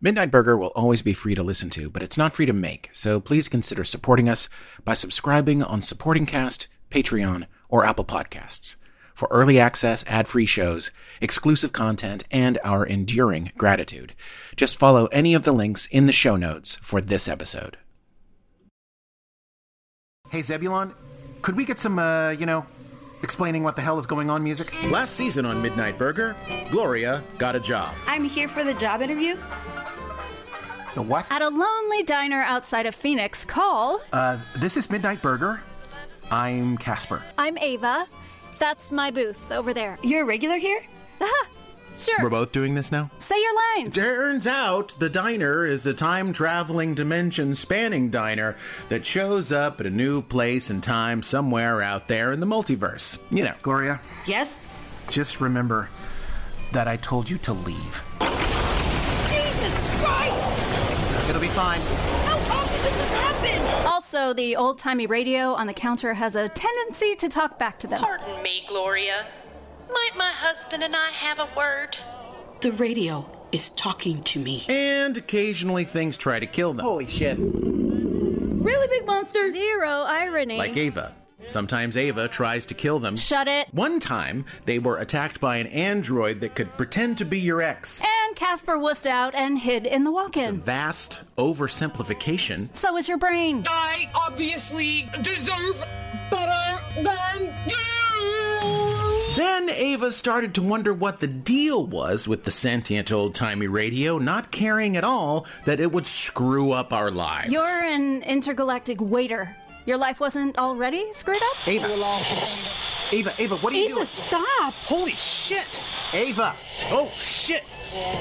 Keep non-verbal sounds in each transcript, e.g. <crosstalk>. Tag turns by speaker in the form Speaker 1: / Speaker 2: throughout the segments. Speaker 1: Midnight Burger will always be free to listen to, but it's not free to make, so please consider supporting us by subscribing on Supporting Cast, Patreon, or Apple Podcasts for early access, ad-free shows, exclusive content, and our enduring gratitude. Just follow any of the links in the show notes for this episode. Hey Zebulon, could we get some, uh, you know, explaining what the hell is going on music?
Speaker 2: Last season on Midnight Burger, Gloria got a job.
Speaker 3: I'm here for the job interview
Speaker 1: The what?
Speaker 3: at a lonely diner outside of Phoenix. Call.
Speaker 1: Uh, this is Midnight Burger. I'm Casper.
Speaker 4: I'm Ava. That's my booth over there.
Speaker 3: You're a regular here?
Speaker 4: Sure.
Speaker 2: We're both doing this now?
Speaker 3: Say your lines.
Speaker 2: Turns out the diner is a time traveling dimension spanning diner that shows up at a new place and time somewhere out there in the multiverse. You know.
Speaker 1: Gloria,
Speaker 3: yes?
Speaker 1: just remember that I told you to leave.
Speaker 3: Jesus Christ!
Speaker 1: It'll be fine.
Speaker 3: How often does this happen? Also, the old timey radio on the counter has a tendency to talk back to them.
Speaker 5: Pardon me, Gloria. Might my husband and I have a word?
Speaker 6: The radio is talking to me.
Speaker 2: And occasionally things try to kill them.
Speaker 1: Holy shit.
Speaker 6: Really big monster?
Speaker 4: Zero irony.
Speaker 2: Like Ava. Sometimes Ava tries to kill them.
Speaker 3: Shut it.
Speaker 2: One time, they were attacked by an android that could pretend to be your ex.
Speaker 3: And Casper wussed out and hid in the walk in.
Speaker 2: Vast oversimplification.
Speaker 3: So is your brain.
Speaker 7: I obviously deserve better than you!
Speaker 2: Then Ava started to wonder what the deal was with the sentient old timey radio, not caring at all that it would screw up our lives.
Speaker 3: You're an intergalactic waiter. Your life wasn't already screwed up?
Speaker 1: Ava. Ava, Ava, what are you doing?
Speaker 6: stop.
Speaker 8: Holy shit!
Speaker 1: Ava.
Speaker 8: Oh shit!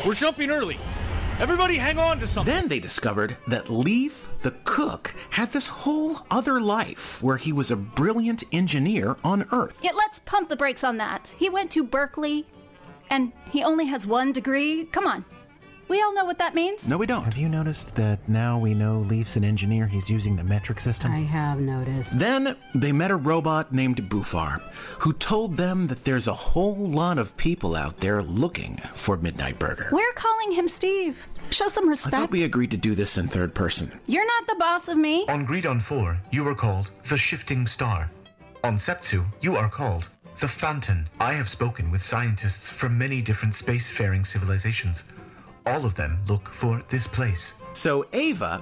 Speaker 8: We're jumping early. Everybody hang on to something.
Speaker 2: Then they discovered that Leaf, the cook, had this whole other life where he was a brilliant engineer on Earth.
Speaker 3: Yet let's pump the brakes on that. He went to Berkeley and he only has one degree. Come on. We all know what that means.
Speaker 2: No, we don't.
Speaker 9: you noticed that now we know Leaf's an engineer, he's using the metric system?
Speaker 6: I have noticed.
Speaker 2: Then they met a robot named Bufar, who told them that there's a whole lot of people out there looking for Midnight Burger.
Speaker 3: We're calling him Steve. Show some
Speaker 2: I
Speaker 3: respect.
Speaker 2: thought we agreed to do this in third person.
Speaker 3: You're not the boss of me.
Speaker 10: On Gridon 4, you are called the Shifting Star. On Septu, you are called the Phantom. I have spoken with scientists from many different spacefaring civilizations. All of them look for this place.
Speaker 2: So Ava,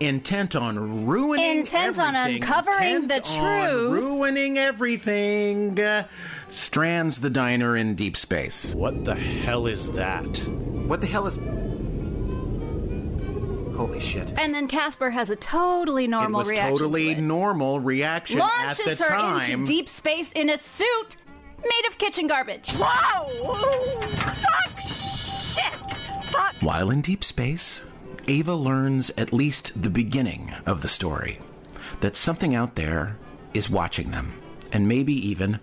Speaker 2: intent on ruining,
Speaker 3: Intent on
Speaker 2: everything,
Speaker 3: uncovering the
Speaker 2: intent on
Speaker 3: truth.
Speaker 2: ruining everything, uh, strands the diner in deep space.
Speaker 8: What the hell is that?
Speaker 1: What the hell is. Holy shit.
Speaker 3: And then Casper has a totally normal
Speaker 2: it was
Speaker 3: reaction.
Speaker 2: totally
Speaker 3: to it.
Speaker 2: normal reaction at
Speaker 3: Launches
Speaker 2: the
Speaker 3: her
Speaker 2: time.
Speaker 3: into deep space in a suit made of kitchen garbage.
Speaker 2: While in deep space, Ava learns at least the beginning of the story that something out there is watching them, and maybe even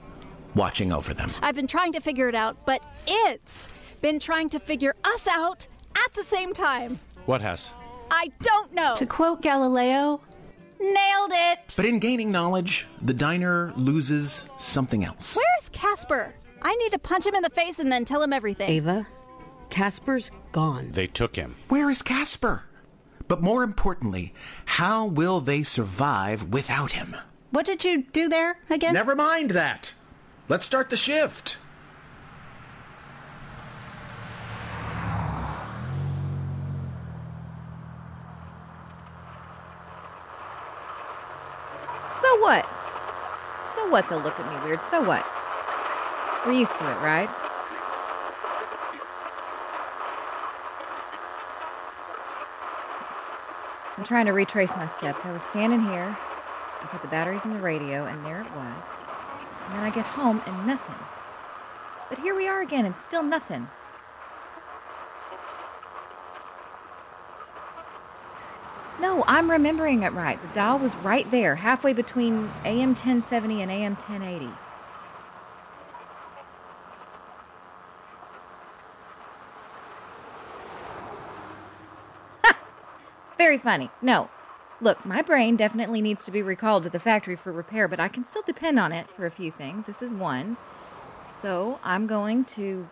Speaker 2: watching over them.
Speaker 4: I've been trying to figure it out, but it's been trying to figure us out at the same time.
Speaker 8: What has?
Speaker 4: I don't know.
Speaker 3: To quote Galileo, nailed it.
Speaker 2: But in gaining knowledge, the diner loses something else.
Speaker 4: Where's Casper? I need to punch him in the face and then tell him everything.
Speaker 6: Ava, Casper's gone.
Speaker 8: They took him.
Speaker 2: Where is Casper? But more importantly, how will they survive without him?
Speaker 3: What did you do there again?
Speaker 2: Never mind that. Let's start the shift.
Speaker 11: So what? So what they'll look at me weird. So what? We're used to it, right? I'm trying to retrace my steps. I was standing here. I put the batteries in the radio, and there it was. And then I get home and nothing. But here we are again, and still nothing. No, I'm remembering it right. The dial was right there, halfway between AM 1070 and AM 1080. Ha! Very funny. No. Look, my brain definitely needs to be recalled to the factory for repair, but I can still depend on it for a few things. This is one. So I'm going to.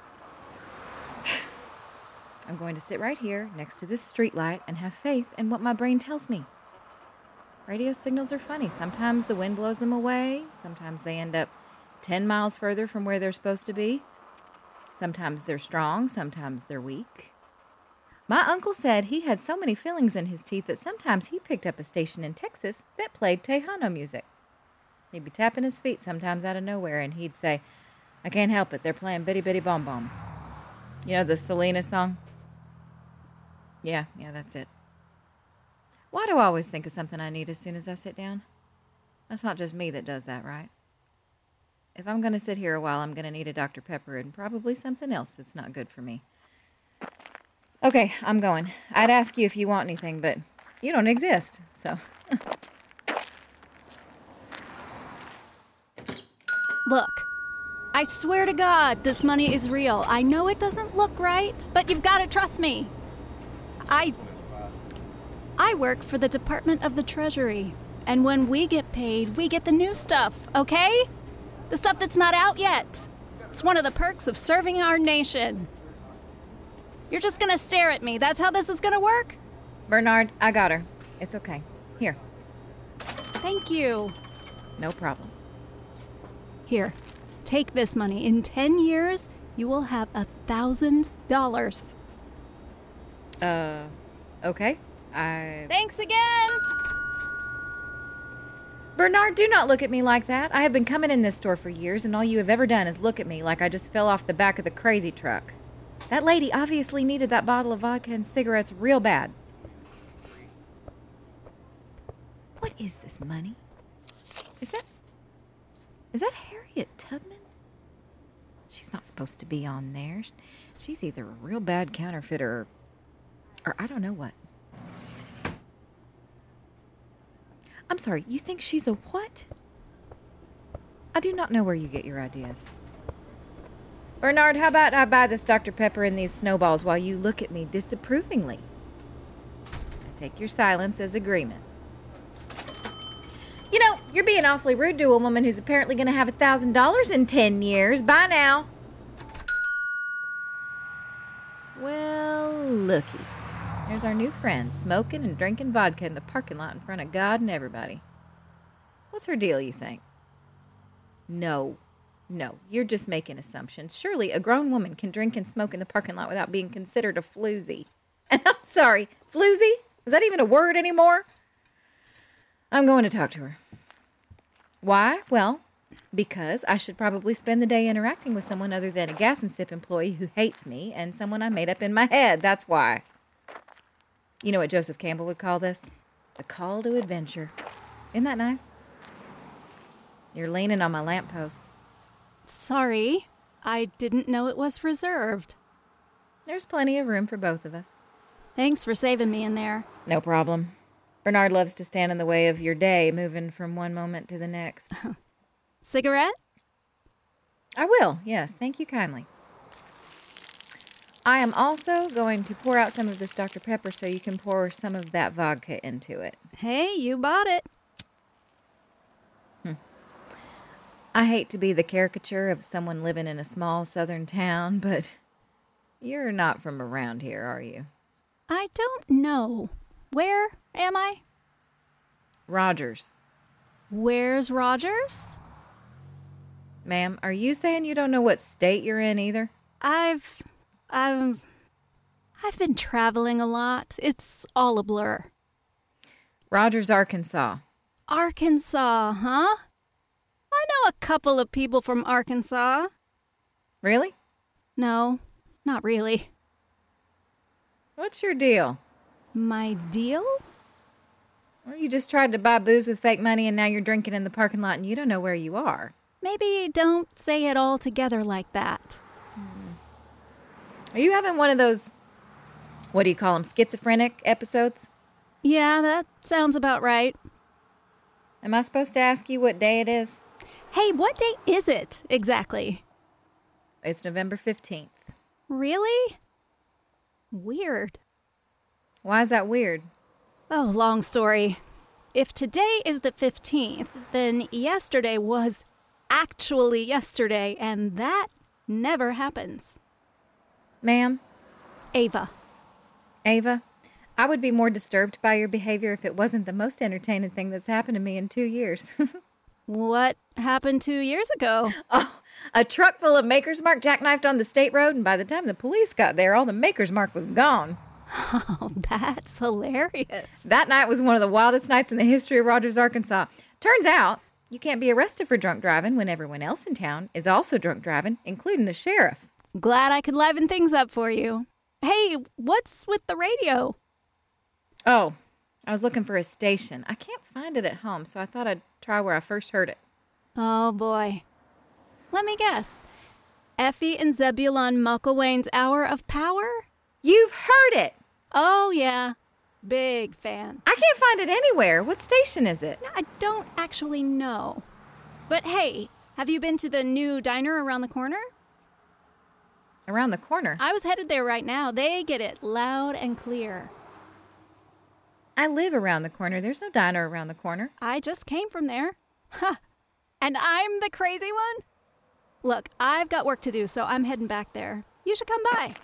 Speaker 11: <sighs> I'm going to sit right here next to this streetlight and have faith in what my brain tells me. Radio signals are funny. Sometimes the wind blows them away, sometimes they end up 10 miles further from where they're supposed to be. Sometimes they're strong, sometimes they're weak. My uncle said he had so many fillings in his teeth that sometimes he picked up a station in Texas that played Tejano music. He'd be tapping his feet sometimes out of nowhere and he'd say, I can't help it, they're playing Bitty Bitty Bom Bom. You know the Selena song? Yeah, yeah, that's it. Why do I always think of something I need as soon as I sit down? That's not just me that does that, right? If I'm going to sit here a while, I'm going to need a Dr. Pepper and probably something else that's not good for me. Okay, I'm going. I'd ask you if you want anything, but you don't exist, so. <laughs>
Speaker 3: Look, I swear to God, this money is real. I know it doesn't look right, but you've got to trust me. I. I work for the Department of the Treasury, and when we get paid, we get the new stuff, okay? The stuff that's not out yet. It's one of the perks of serving our nation. You're just gonna stare at me. That's how this is gonna work?
Speaker 11: Bernard, I got her. It's okay. Here,
Speaker 3: Thank you.
Speaker 11: no problem.
Speaker 3: Here, take this money. In 10 years, you will have a thousand dollars.
Speaker 11: Uh, okay. I.
Speaker 3: Thanks again!
Speaker 11: Bernard, do not look at me like that. I have been coming in this store for years, and all you have ever done is look at me like I just fell off the back of the crazy truck. That lady obviously needed that bottle of vodka and cigarettes real bad. What is this money? Is that. Is that Harriet Tubman? She's not supposed to be on there. Sh- She's either a real bad counterfeiter or. or I don't know what. I'm sorry, you think she's a what? I do not know where you get your ideas. Bernard, how about I buy this Dr. Pepper and these snowballs while you look at me disapprovingly? I take your silence as agreement. You know, you're being awfully rude to a woman who's apparently going to have a $1,000 in 10 years. Bye now. Well, looky. There's our new friend, smoking and drinking vodka in the parking lot in front of God and everybody. What's her deal, you think? No, no, you're just making assumptions. Surely a grown woman can drink and smoke in the parking lot without being considered a floozy. <laughs> And I'm sorry, floozy? Is that even a word anymore? I'm going to talk to her. Why? Well, because I should probably spend the day interacting with someone other than a gas and sip employee who hates me and someone I made up in my head. That's why. You know what Joseph Campbell would call this? The call to adventure. Isn't that nice? You're leaning on my lamppost.
Speaker 3: Sorry, I didn't know it was reserved.
Speaker 11: There's plenty of room for both of us.
Speaker 3: Thanks for saving me in there.
Speaker 11: No problem. Bernard loves to stand in the way of your day, moving from one moment to the next.
Speaker 3: <laughs> Cigarette?
Speaker 11: I will, yes. Thank you kindly. I am also going to pour out some of this Dr. Pepper so you can pour some of that vodka into it.
Speaker 3: Hey, you bought it.
Speaker 11: Hmm. I hate to be the caricature of someone living in a small southern town, but you're not from around here, are you?
Speaker 3: I don't know. Where am I?
Speaker 11: Rogers.
Speaker 3: Where's Rogers?
Speaker 11: Ma'am, are you saying you don't know what state you're in either?
Speaker 3: I've I've I've been traveling a lot. It's all a blur.
Speaker 11: Rogers, Arkansas.
Speaker 3: Arkansas, huh? I know a couple of people from Arkansas.
Speaker 11: Really?
Speaker 3: No, not really.
Speaker 11: What's your deal?
Speaker 3: My deal?
Speaker 11: Well, you just tried to buy booze with fake money and now you're drinking in the parking lot and you don't know where you are.
Speaker 3: Maybe don't say it all together like that.
Speaker 11: Are you having one of those, what do you call them, schizophrenic episodes?
Speaker 3: Yeah, that sounds about right.
Speaker 11: Am I supposed to ask you what day it is?
Speaker 3: Hey, what day is it exactly?
Speaker 11: It's November 15th.
Speaker 3: Really? Weird.
Speaker 11: Why is that weird?
Speaker 3: Oh, long story. If today is the 15th, then yesterday was actually yesterday, and that never happens.
Speaker 11: Ma'am?
Speaker 3: Ava.
Speaker 11: Ava, I would be more disturbed by your behavior if it wasn't the most entertaining thing that's happened to me in two years. <laughs>
Speaker 3: what happened two years ago?
Speaker 11: Oh, a truck full of Maker's Mark jackknifed on the state road, and by the time the police got there, all the Maker's Mark was gone.
Speaker 3: <laughs> Oh, that's hilarious.
Speaker 11: That night was one of the wildest nights in the history of Rogers, Arkansas. Turns out you can't be arrested for drunk driving when everyone else in town is also drunk driving, including the sheriff.
Speaker 3: Glad I could liven things up for you. Hey, what's with the radio?
Speaker 11: Oh, I was looking for a station. I can't find it at home, so I thought I'd try where I first heard it.
Speaker 3: Oh boy. Let me guess. Effie and Zebulon Mucklewain's Hour of Power?
Speaker 11: You've heard it!
Speaker 3: Oh, yeah. Big fan.
Speaker 11: I can't find it anywhere. What station is it?
Speaker 3: No, I don't actually know. But hey, have you been to the new diner around the corner?
Speaker 11: Around the corner?
Speaker 3: I was headed there right now. They get it loud and clear.
Speaker 11: I live around the corner. There's no diner around the corner.
Speaker 3: I just came from there. Huh. And I'm the crazy one? Look, I've got work to do, so I'm heading back there. You should come by.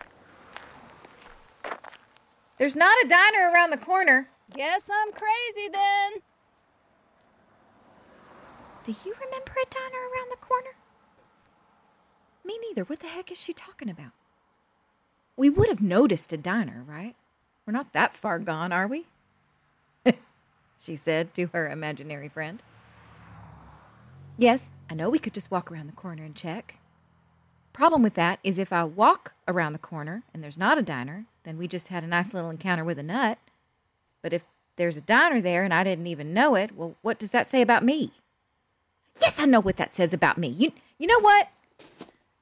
Speaker 11: There's not a diner around the corner.
Speaker 3: Guess I'm crazy then.
Speaker 11: Do you remember a diner around the corner? Me neither. What the heck is she talking about? We would have noticed a diner, right? We're not that far gone, are we? <laughs> she said to her imaginary friend. Yes, I know we could just walk around the corner and check. Problem with that is if I walk around the corner and there's not a diner, then we just had a nice little encounter with a nut. But if there's a diner there and I didn't even know it, well, what does that say about me? Yes, I know what that says about me. You, you know what?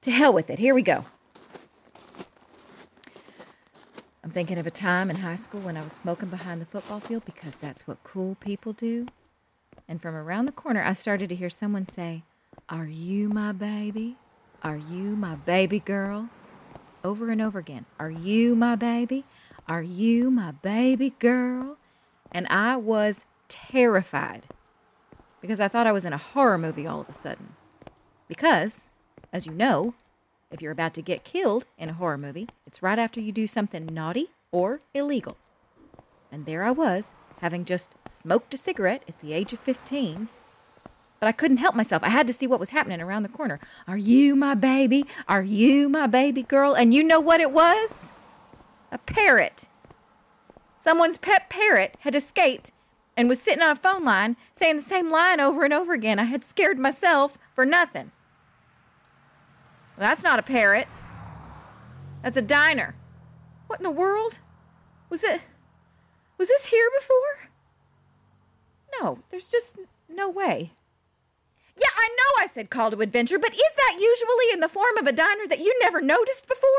Speaker 11: To hell with it. Here we go. I'm thinking of a time in high school when I was smoking behind the football field because that's what cool people do. And from around the corner, I started to hear someone say, Are you my baby? Are you my baby girl? Over and over again. Are you my baby? Are you my baby girl? And I was terrified because I thought I was in a horror movie all of a sudden. Because, as you know, if you're about to get killed in a horror movie, it's right after you do something naughty or illegal. And there I was, having just smoked a cigarette at the age of 15. But I couldn't help myself. I had to see what was happening around the corner. Are you my baby? Are you my baby girl? And you know what it was? A parrot. Someone's pet parrot had escaped and was sitting on a phone line saying the same line over and over again. I had scared myself for nothing. Well, that's not a parrot. That's a diner. What in the world? Was it. Was this here before? No, there's just no way. Yeah, I know I said call to adventure, but is that usually in the form of a diner that you never noticed before?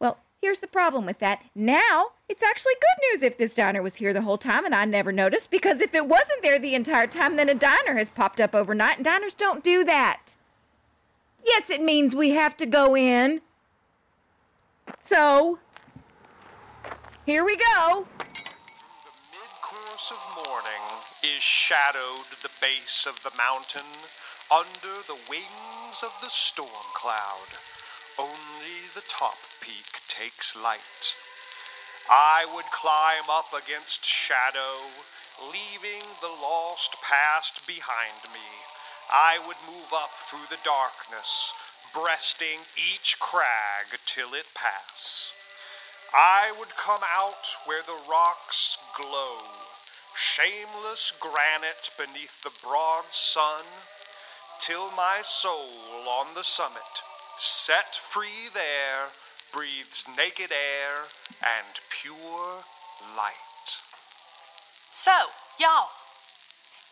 Speaker 11: Well, here's the problem with that. Now, it's actually good news if this diner was here the whole time and I never noticed, because if it wasn't there the entire time, then a diner has popped up overnight, and diners don't do that. Yes, it means we have to go in. So, here we go.
Speaker 12: course of morning is shadowed the base of the mountain under the wings of the storm cloud. Only the top peak takes light. I would climb up against shadow, leaving the lost past behind me. I would move up through the darkness, breasting each crag till it pass. I would come out where the rocks glow, shameless granite beneath the broad sun, till my soul on the summit, set free there, breathes naked air and pure light.
Speaker 13: So, y'all,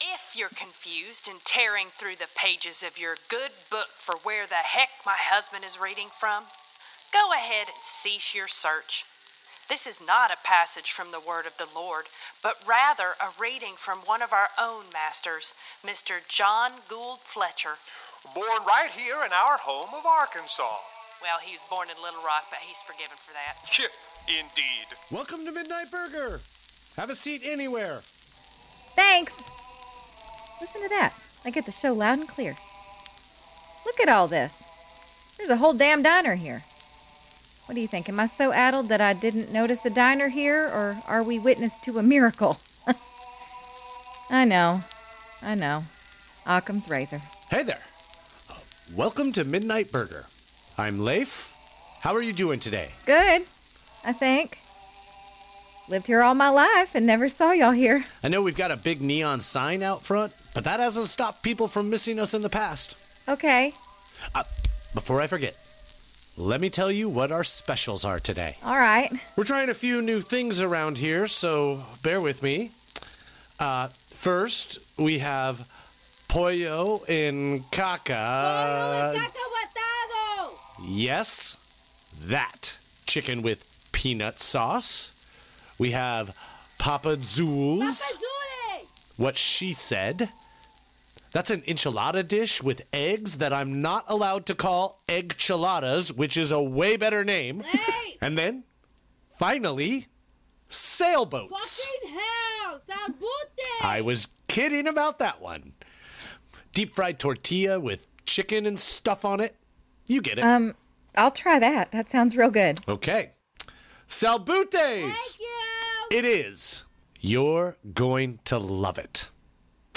Speaker 13: if you're confused and tearing through the pages of your good book for where the heck my husband is reading from, go ahead and cease your search. This is not a passage from the Word of the Lord, but rather a reading from one of our own masters, Mr. John Gould Fletcher.
Speaker 12: Born right here in our home of Arkansas.
Speaker 13: Well, he was born in Little Rock, but he's forgiven for that.
Speaker 12: Chip, indeed.
Speaker 8: Welcome to Midnight Burger. Have a seat anywhere.
Speaker 11: Thanks. Listen to that. I get the show loud and clear. Look at all this. There's a whole damn diner here. What do you think? Am I so addled that I didn't notice a diner here, or are we witness to a miracle? <laughs> I know. I know. Occam's razor.
Speaker 8: Hey there. Uh, Welcome to Midnight Burger. I'm Leif. How are you doing today?
Speaker 11: Good, I think. Lived here all my life and never saw y'all here.
Speaker 8: I know we've got a big neon sign out front, but that hasn't stopped people from missing us in the past.
Speaker 11: Okay.
Speaker 8: Uh, before I forget, let me tell you what our specials are today.
Speaker 11: All right.
Speaker 8: We're trying a few new things around here, so bear with me. Uh, first, we have pollo en caca. Yes, that chicken with peanut sauce. We have Papa Zool's. What she said. That's an enchilada dish with eggs that I'm not allowed to call eggchiladas, which is a way better name. And then, finally, sailboats. I was kidding about that one. Deep fried tortilla with chicken and stuff on it. You get it.
Speaker 11: Um, I'll try that. That sounds real good.
Speaker 8: Okay. Salbutes! Thank you! It is. You're going to love it.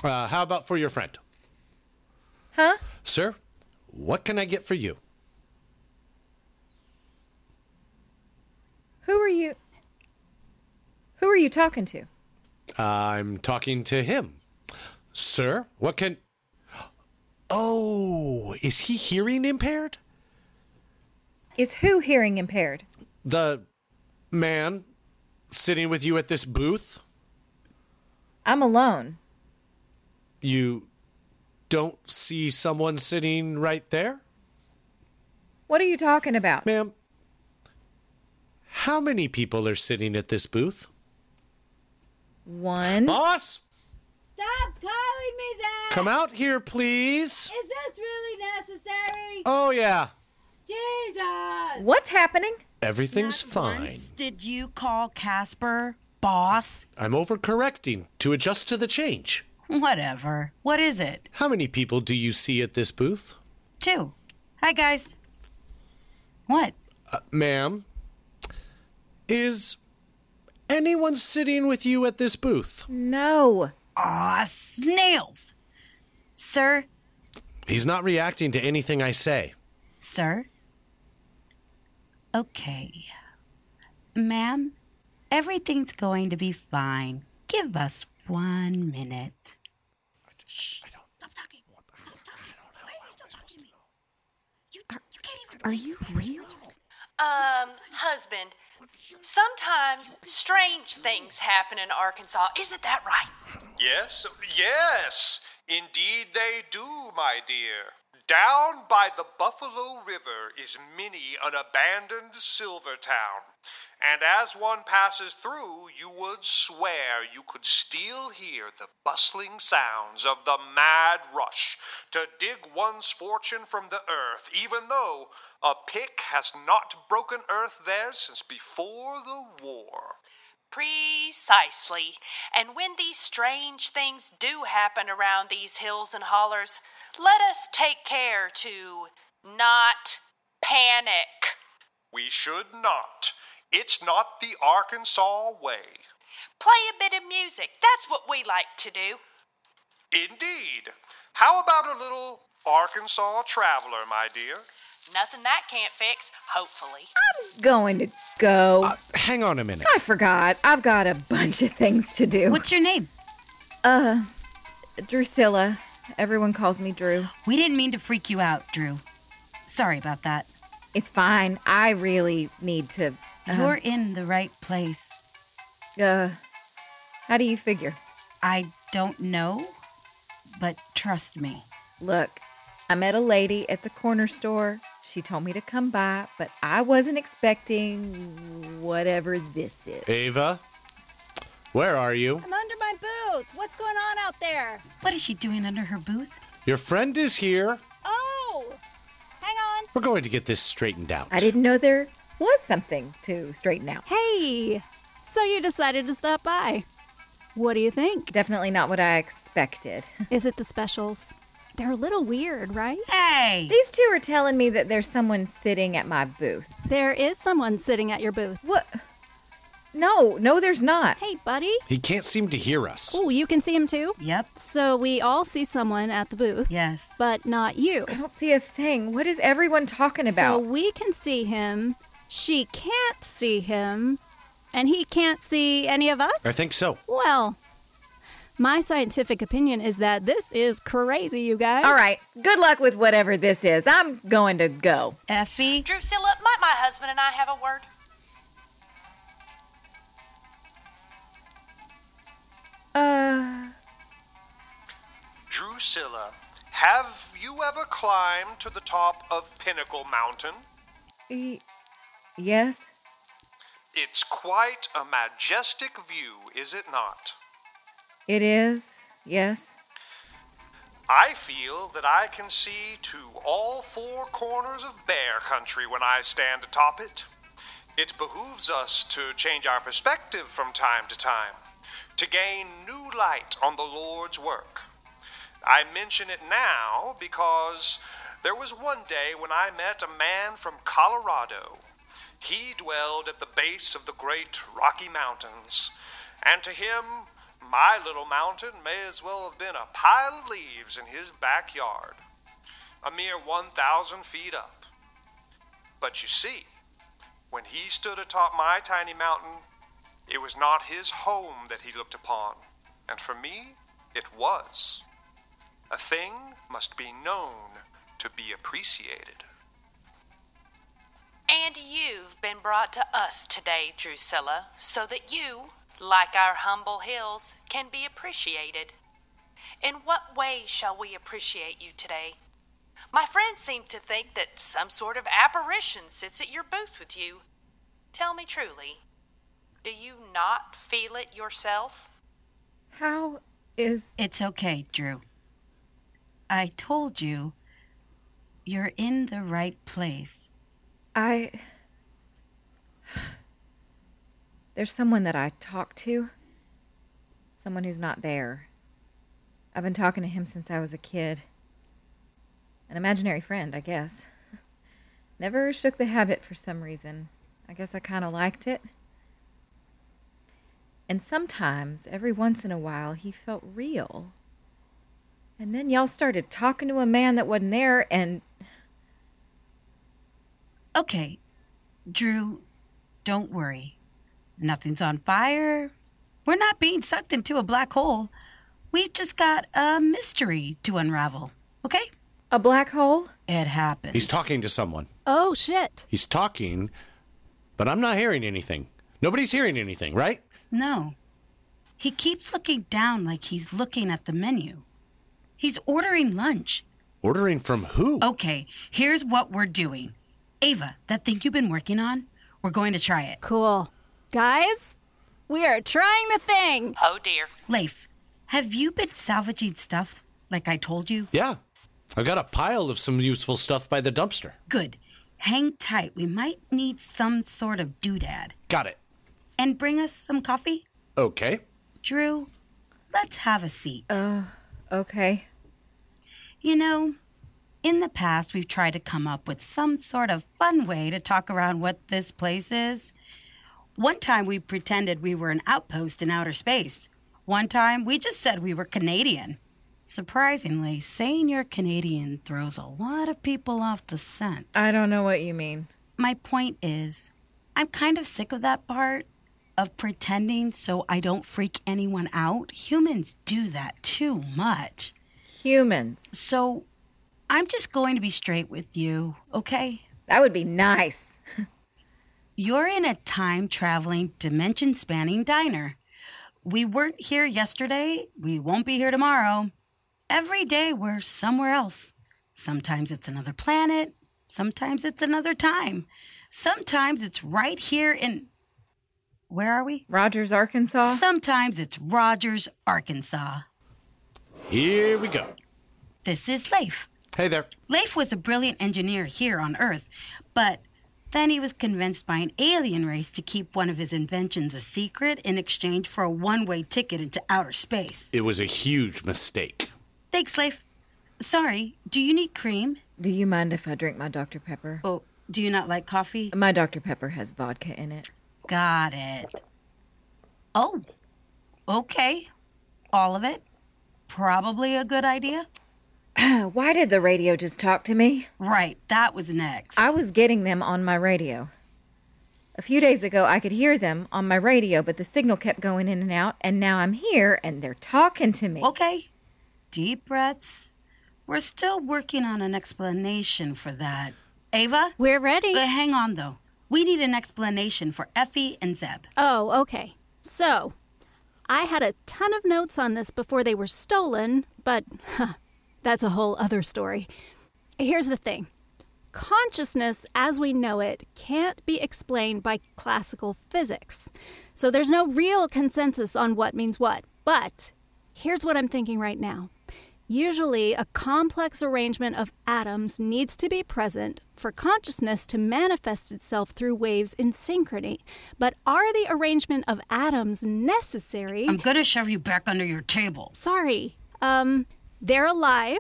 Speaker 8: Uh, how about for your friend?
Speaker 11: Huh?
Speaker 8: Sir, what can I get for you?
Speaker 11: Who are you? Who are you talking to?
Speaker 8: I'm talking to him. Sir, what can. Oh, is he hearing impaired?
Speaker 11: Is who hearing impaired?
Speaker 8: The man sitting with you at this booth?
Speaker 11: I'm alone.
Speaker 8: You don't see someone sitting right there?
Speaker 11: What are you talking about?
Speaker 8: Ma'am, how many people are sitting at this booth?
Speaker 11: One.
Speaker 8: Boss,
Speaker 14: Stop calling me that!
Speaker 8: come out here, please.
Speaker 14: Is this really necessary?
Speaker 8: Oh, yeah.
Speaker 14: Jesus!
Speaker 11: What's happening?
Speaker 8: Everything's fine.
Speaker 15: Did you call Casper boss?
Speaker 8: I'm overcorrecting to adjust to the change.
Speaker 15: Whatever. What is it?
Speaker 8: How many people do you see at this booth?
Speaker 15: Two. Hi, guys. What?
Speaker 8: Uh, ma'am, is anyone sitting with you at this booth?
Speaker 11: No.
Speaker 15: Aw, snails. Sir,
Speaker 8: He's not reacting to anything I say.
Speaker 15: sir. Okay. Ma'am, everything's going to be fine. Give us one minute.
Speaker 6: Are you real?
Speaker 13: Um, husband, sometimes strange things happen in Arkansas. Isn't that right?
Speaker 12: Yes, yes, indeed they do, my dear. Down by the Buffalo River is many an abandoned silver town, and as one passes through, you would swear you could still hear the bustling sounds of the mad rush to dig one's fortune from the earth, even though a pick has not broken earth there since before the war.
Speaker 13: Precisely. And when these strange things do happen around these hills and hollers, let us take care to not panic.
Speaker 12: We should not. It's not the Arkansas way.
Speaker 13: Play a bit of music. That's what we like to do.
Speaker 12: Indeed. How about a little Arkansas traveler, my dear?
Speaker 13: Nothing that can't fix, hopefully.
Speaker 11: Going to go.
Speaker 8: Uh, hang on a minute.
Speaker 11: I forgot. I've got a bunch of things to do.
Speaker 15: What's your name?
Speaker 11: Uh, Drusilla. Everyone calls me Drew.
Speaker 15: We didn't mean to freak you out, Drew. Sorry about that.
Speaker 11: It's fine. I really need to. uh-huh.
Speaker 15: You're in the right place.
Speaker 11: Uh, how do you figure?
Speaker 15: I don't know, but trust me.
Speaker 11: Look, I met a lady at the corner store. She told me to come by, but I wasn't expecting whatever this is.
Speaker 8: Ava, where are you?
Speaker 14: I'm under my booth. What's going on out there?
Speaker 15: What is she doing under her booth?
Speaker 8: Your friend is here.
Speaker 14: Oh!
Speaker 8: We're going to get this straightened out.
Speaker 11: I didn't know there was something to straighten out.
Speaker 3: Hey, so you decided to stop by.
Speaker 11: What do you think? Definitely not what I expected. <laughs>
Speaker 3: Is it the specials? They're a little weird, right?
Speaker 15: Hey!
Speaker 11: These two are telling me that there's someone sitting at my booth.
Speaker 3: There is someone sitting at your booth.
Speaker 11: What? No, no, there's not.
Speaker 3: Hey, buddy.
Speaker 8: He can't seem to hear us.
Speaker 3: Oh, you can see him too?
Speaker 15: Yep.
Speaker 3: So we all see someone at the booth.
Speaker 15: Yes.
Speaker 3: But not you.
Speaker 11: I don't see a thing. What is everyone talking
Speaker 3: So
Speaker 11: about?
Speaker 3: we can see him. She can't see him. And he can't see any of us?
Speaker 8: I think so.
Speaker 3: Well, my scientific opinion is that this is crazy, you guys.
Speaker 11: All right, good luck with whatever this is. I'm going to go.
Speaker 15: Effie?
Speaker 13: Drusilla, might my husband and I have a word?
Speaker 11: Uh.
Speaker 12: Drusilla, have you ever climbed to the top of Pinnacle Mountain?
Speaker 11: Y- e, yes?
Speaker 12: It's quite a majestic view, is it not?
Speaker 11: It is? Yes?
Speaker 12: I feel that I can see to all four corners of bear country when I stand atop it. It behooves us to change our perspective from time to time, to gain new light on the Lord's work. I mention it now because there was one day when I met a man from Colorado. He dwelled at the base of the great Rocky Mountains, and to him, my little mountain may as well have been a pile of leaves in his backyard, a mere 1,000 feet up. But you see, when he stood atop my tiny mountain, it was not his home that he looked upon, and for me, it was. A thing must be known to be appreciated.
Speaker 13: And you've been brought to us today, Drusilla, so that you, like our humble hills, can be appreciated. In what way shall we appreciate you today? My friends seem to think that some sort of apparition sits at your booth with you. Tell me truly, do you not feel it yourself?
Speaker 11: How is.
Speaker 15: It's okay, Drew. I told you you're in the right place.
Speaker 11: I. There's someone that I talk to. Someone who's not there. I've been talking to him since I was a kid. An imaginary friend, I guess. <laughs> Never shook the habit for some reason. I guess I kind of liked it. And sometimes, every once in a while, he felt real. And then y'all started talking to a man that wasn't there, and
Speaker 15: Okay, Drew, don't worry. Nothing's on fire. We're not being sucked into a black hole. We've just got a mystery to unravel, okay?
Speaker 11: A black hole?
Speaker 15: It happens.
Speaker 8: He's talking to someone.
Speaker 3: Oh, shit.
Speaker 8: He's talking, but I'm not hearing anything. Nobody's hearing anything, right?
Speaker 15: No. He keeps looking down like he's looking at the menu. He's ordering lunch.
Speaker 8: Ordering from who?
Speaker 15: Okay, here's what we're doing. Ava, that thing you've been working on, we're going to try it.
Speaker 3: Cool. Guys, we are trying the thing.
Speaker 13: Oh dear.
Speaker 15: Leif, have you been salvaging stuff like I told you?
Speaker 8: Yeah. I've got a pile of some useful stuff by the dumpster.
Speaker 15: Good. Hang tight. We might need some sort of doodad.
Speaker 8: Got it.
Speaker 15: And bring us some coffee?
Speaker 8: Okay.
Speaker 15: Drew, let's have a seat.
Speaker 11: Uh, okay.
Speaker 15: You know, in the past, we've tried to come up with some sort of fun way to talk around what this place is. One time, we pretended we were an outpost in outer space. One time, we just said we were Canadian. Surprisingly, saying you're Canadian throws a lot of people off the scent.
Speaker 11: I don't know what you mean.
Speaker 15: My point is, I'm kind of sick of that part of pretending so I don't freak anyone out. Humans do that too much.
Speaker 11: Humans.
Speaker 15: So I'm just going to be straight with you, okay?
Speaker 11: That would be nice.
Speaker 15: You're in a time traveling, dimension spanning diner. We weren't here yesterday. We won't be here tomorrow. Every day we're somewhere else. Sometimes it's another planet. Sometimes it's another time. Sometimes it's right here in. Where are we?
Speaker 11: Rogers, Arkansas.
Speaker 15: Sometimes it's Rogers, Arkansas.
Speaker 8: Here we go.
Speaker 15: This is Leif.
Speaker 8: Hey there.
Speaker 15: Leif was a brilliant engineer here on Earth, but then he was convinced by an alien race to keep one of his inventions a secret in exchange for a one way ticket into outer space.
Speaker 8: It was a huge mistake.
Speaker 15: Thanks, Leif. Sorry, do you need cream?
Speaker 11: Do you mind if I drink my Dr. Pepper?
Speaker 15: Oh, do you not like coffee?
Speaker 11: My Dr. Pepper has vodka in it.
Speaker 15: Got it. Oh, okay. All of it? Probably a good idea.
Speaker 11: <clears throat> Why did the radio just talk to me?
Speaker 15: Right, that was next.
Speaker 11: I was getting them on my radio. A few days ago, I could hear them on my radio, but the signal kept going in and out, and now I'm here and they're talking to me.
Speaker 15: Okay. Deep breaths. We're still working on an explanation for that. Ava?
Speaker 3: We're ready.
Speaker 15: Uh, hang on, though. We need an explanation for Effie and Zeb.
Speaker 3: Oh, okay. So, I had a ton of notes on this before they were stolen, but huh, that's a whole other story. Here's the thing consciousness as we know it can't be explained by classical physics. So, there's no real consensus on what means what. But here's what I'm thinking right now. Usually, a complex arrangement of atoms needs to be present for consciousness to manifest itself through waves in synchrony. But are the arrangement of atoms necessary?
Speaker 15: I'm going to shove you back under your table.
Speaker 3: Sorry. Um, they're alive,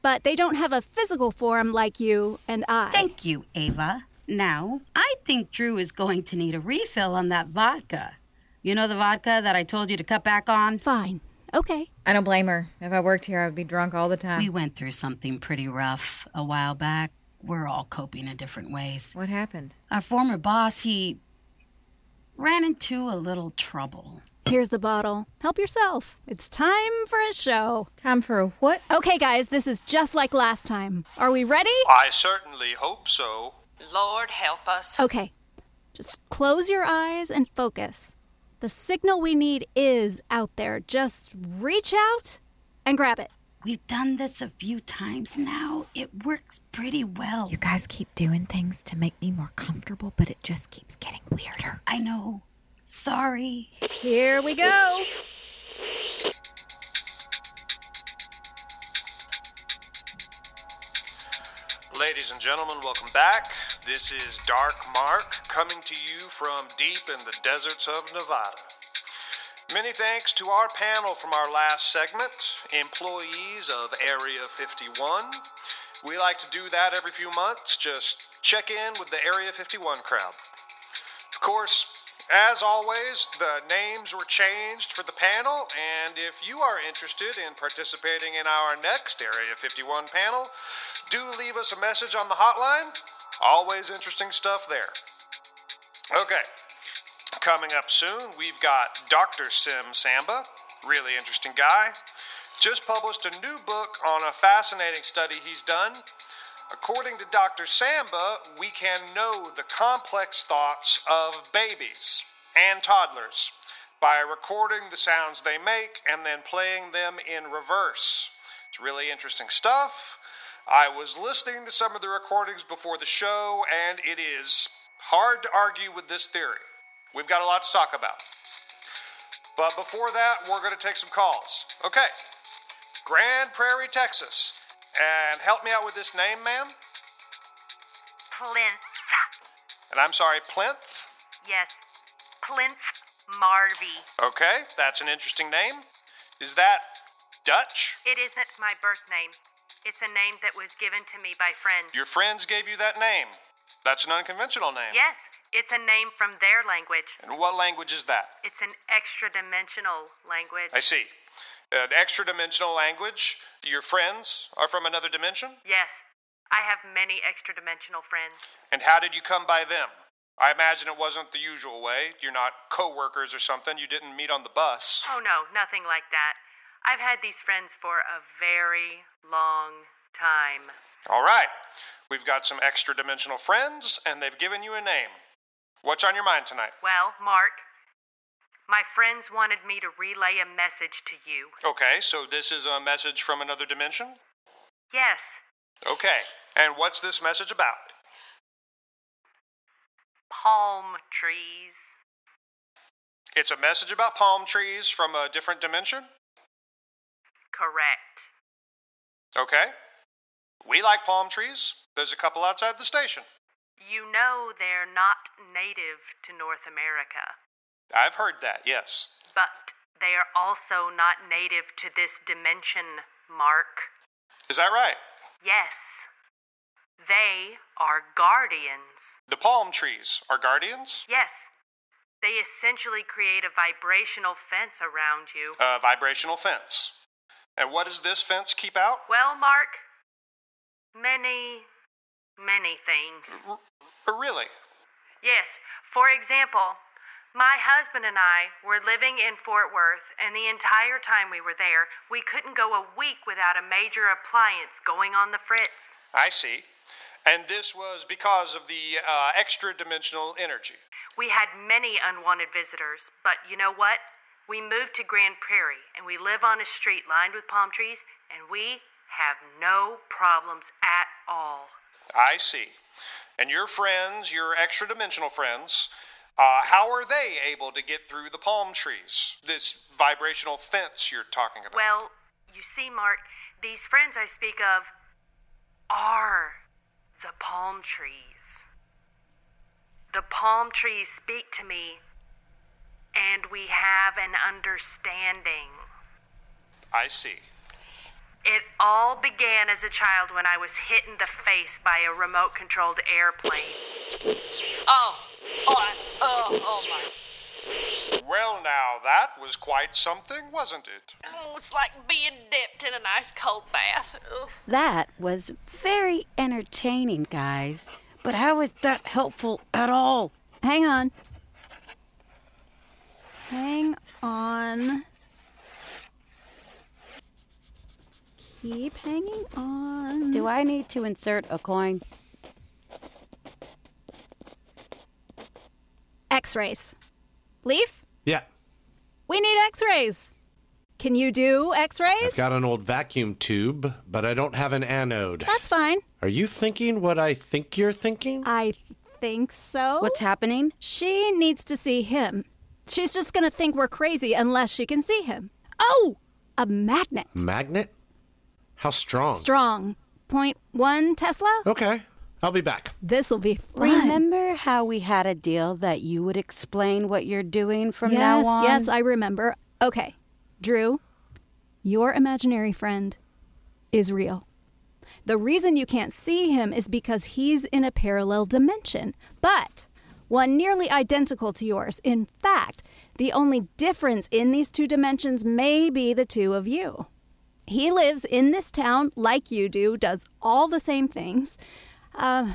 Speaker 3: but they don't have a physical form like you and I.
Speaker 15: Thank you, Ava. Now, I think Drew is going to need a refill on that vodka. You know the vodka that I told you to cut back on?
Speaker 3: Fine. Okay.
Speaker 11: I don't blame her. If I worked here, I would be drunk all the time.
Speaker 15: Uh, We went through something pretty rough a while back. We're all coping in different ways.
Speaker 11: What happened?
Speaker 15: Our former boss, he ran into a little trouble.
Speaker 3: Here's the bottle. Help yourself. It's time for a show.
Speaker 11: Time for a what?
Speaker 3: Okay, guys, this is just like last time. Are we ready?
Speaker 12: I certainly hope so.
Speaker 16: Lord help us.
Speaker 3: Okay. Just close your eyes and focus. The signal we need is out there. Just reach out and grab it.
Speaker 15: We've done this a few times now. It works pretty well.
Speaker 11: You guys keep doing things to make me more comfortable, but it just keeps getting weirder.
Speaker 15: I know. Sorry.
Speaker 3: Here we go.
Speaker 12: Ladies and gentlemen, welcome back. This is Dark Mark coming to you from deep in the deserts of Nevada. Many thanks to our panel from our last segment, employees of Area 51. We like to do that every few months, just check in with the Area 51 crowd. Of course, as always, the names were changed for the panel, and if you are interested in participating in our next Area 51 panel, do leave us a message on the hotline. Always interesting stuff there. Okay, coming up soon, we've got Dr. Sim Samba, really interesting guy. Just published a new book on a fascinating study he's done. According to Dr. Samba, we can know the complex thoughts of babies and toddlers by recording the sounds they make and then playing them in reverse. It's really interesting stuff. I was listening to some of the recordings before the show, and it is hard to argue with this theory. We've got a lot to talk about. But before that, we're going to take some calls. Okay. Grand Prairie, Texas. And help me out with this name, ma'am.
Speaker 13: Plinth.
Speaker 12: And I'm sorry, Plinth?
Speaker 13: Yes. Plinth Marvey.
Speaker 12: Okay, that's an interesting name. Is that Dutch?
Speaker 13: It isn't my birth name. It's a name that was given to me by friends.
Speaker 12: Your friends gave you that name. That's an unconventional name.
Speaker 13: Yes, it's a name from their language.
Speaker 12: And what language is that?
Speaker 13: It's an extra dimensional language.
Speaker 12: I see. An extra dimensional language? Your friends are from another dimension?
Speaker 13: Yes, I have many extra dimensional friends.
Speaker 12: And how did you come by them? I imagine it wasn't the usual way. You're not coworkers or something. You didn't meet on the bus.
Speaker 13: Oh no, nothing like that. I've had these friends for a very long time.
Speaker 12: All right. We've got some extra dimensional friends, and they've given you a name. What's on your mind tonight?
Speaker 13: Well, Mark, my friends wanted me to relay a message to you.
Speaker 12: Okay, so this is a message from another dimension?
Speaker 13: Yes,
Speaker 12: Okay, and what's this message about?
Speaker 13: Palm trees.
Speaker 12: It's a message about palm trees from a different dimension?
Speaker 13: Correct.
Speaker 12: Okay. We like palm trees. There's a couple outside the station.
Speaker 13: You know they're not native to North America,
Speaker 12: I've heard that, yes.
Speaker 13: but they are also not native to this dimension, Mark.
Speaker 12: Is that right?
Speaker 13: Yes. They are guardians.
Speaker 12: The palm trees are guardians?
Speaker 13: Yes. They essentially create a vibrational fence around you.
Speaker 12: A vibrational fence. And what does this fence keep out?
Speaker 13: Well, Mark, many, many things.
Speaker 12: Uh, Really?
Speaker 13: Yes, for example, my husband and I were living in Fort Worth, and the entire time we were there, we couldn't go a week without a major appliance going on the fritz.
Speaker 12: I see. And this was because of the uh, extra dimensional energy.
Speaker 13: We had many unwanted visitors, but you know what? We moved to Grand Prairie and we live on a street lined with palm trees and we have no problems at all.
Speaker 12: I see. And your friends, your extra dimensional friends, uh, how are they able to get through the palm trees? This vibrational fence you're talking about.
Speaker 13: Well, you see, Mark, these friends I speak of are the palm trees. The palm trees speak to me and we have an understanding.
Speaker 12: I see.
Speaker 13: It all began as a child when I was hit in the face by a remote controlled airplane.
Speaker 17: Oh, oh, oh, oh my.
Speaker 12: Well, now, that was quite something, wasn't it?
Speaker 18: Oh, it's like being dipped in an ice cold bath. Ugh.
Speaker 15: That was very entertaining, guys. But how is that helpful at all?
Speaker 3: Hang on. Hang on. Keep hanging on.
Speaker 15: Do I need to insert a coin?
Speaker 3: X rays. Leaf,
Speaker 8: Yeah.
Speaker 3: we need X rays. Can you do X rays?
Speaker 8: I've got an old vacuum tube, but I don't have an anode.
Speaker 3: That's fine.
Speaker 8: Are you thinking what I think you're thinking?
Speaker 3: I think so.
Speaker 15: What's happening?
Speaker 3: She needs to see him. She's just going to think we're crazy unless she can see him. Oh, a magnet.
Speaker 8: Magnet? How strong?
Speaker 3: Strong. Point 0.1 Tesla?
Speaker 8: Okay. I'll be back.
Speaker 3: This will be fun.
Speaker 15: Remember how we had a deal that you would explain what you're doing from
Speaker 3: yes,
Speaker 15: now on?
Speaker 3: Yes, I remember. Okay, Drew, your imaginary friend is real. The reason you can't see him is because he's in a parallel dimension, but one nearly identical to yours. In fact, the only difference in these two dimensions may be the two of you. He lives in this town like you do, does all the same things. Uh,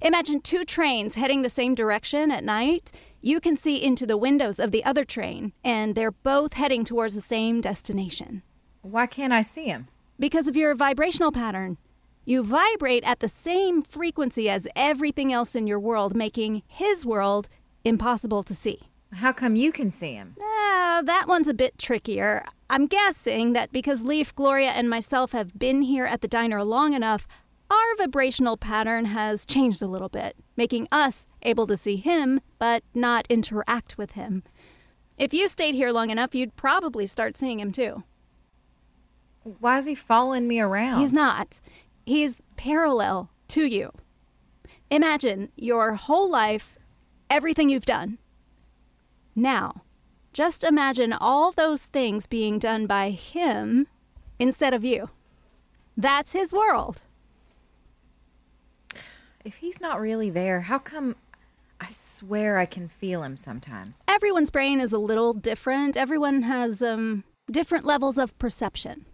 Speaker 3: imagine two trains heading the same direction at night. You can see into the windows of the other train, and they're both heading towards the same destination.
Speaker 11: Why can't I see him?
Speaker 3: Because of your vibrational pattern. You vibrate at the same frequency as everything else in your world, making his world impossible to see.
Speaker 11: How come you can see him?
Speaker 3: Uh, that one's a bit trickier. I'm guessing that because Leaf, Gloria, and myself have been here at the diner long enough, our vibrational pattern has changed a little bit, making us able to see him but not interact with him. If you stayed here long enough, you'd probably start seeing him too.
Speaker 11: Why is he following me around?
Speaker 3: He's not. He's parallel to you. Imagine your whole life, everything you've done. Now, just imagine all those things being done by him instead of you. That's his world.
Speaker 11: If he's not really there, how come I swear I can feel him sometimes?
Speaker 3: Everyone's brain is a little different. Everyone has um, different levels of perception.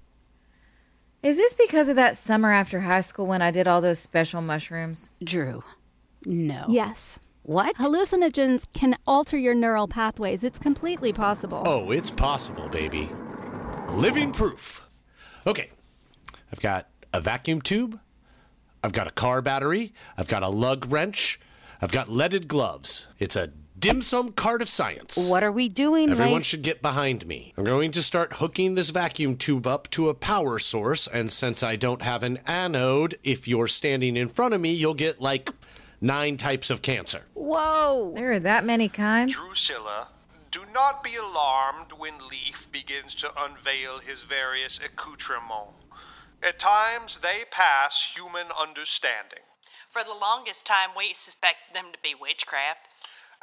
Speaker 11: Is this because of that summer after high school when I did all those special mushrooms?
Speaker 15: Drew, no.
Speaker 3: Yes.
Speaker 15: What?
Speaker 3: Hallucinogens can alter your neural pathways. It's completely possible.
Speaker 8: Oh, it's possible, baby. Living proof. Okay. I've got a vacuum tube. I've got a car battery. I've got a lug wrench. I've got leaded gloves. It's a Dim sum card of science.
Speaker 19: What are we doing?
Speaker 8: Everyone
Speaker 19: like-
Speaker 8: should get behind me. I'm going to start hooking this vacuum tube up to a power source, and since I don't have an anode, if you're standing in front of me, you'll get like nine types of cancer.
Speaker 11: Whoa! There are that many kinds.
Speaker 12: Drusilla, do not be alarmed when Leaf begins to unveil his various accoutrements. At times, they pass human understanding.
Speaker 13: For the longest time, we suspected them to be witchcraft.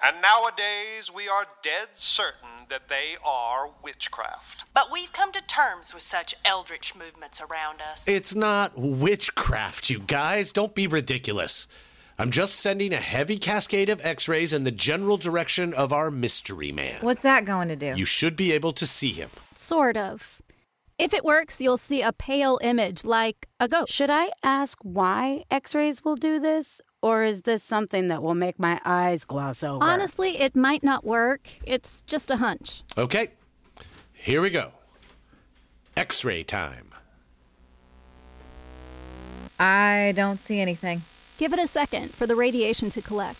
Speaker 12: And nowadays, we are dead certain that they are witchcraft.
Speaker 13: But we've come to terms with such eldritch movements around us.
Speaker 8: It's not witchcraft, you guys. Don't be ridiculous. I'm just sending a heavy cascade of x rays in the general direction of our mystery man.
Speaker 11: What's that going to do?
Speaker 8: You should be able to see him.
Speaker 3: Sort of. If it works, you'll see a pale image like a ghost.
Speaker 19: Should I ask why x rays will do this? Or is this something that will make my eyes gloss over?
Speaker 3: Honestly, it might not work. It's just a hunch.
Speaker 8: Okay, here we go. X ray time.
Speaker 11: I don't see anything.
Speaker 3: Give it a second for the radiation to collect.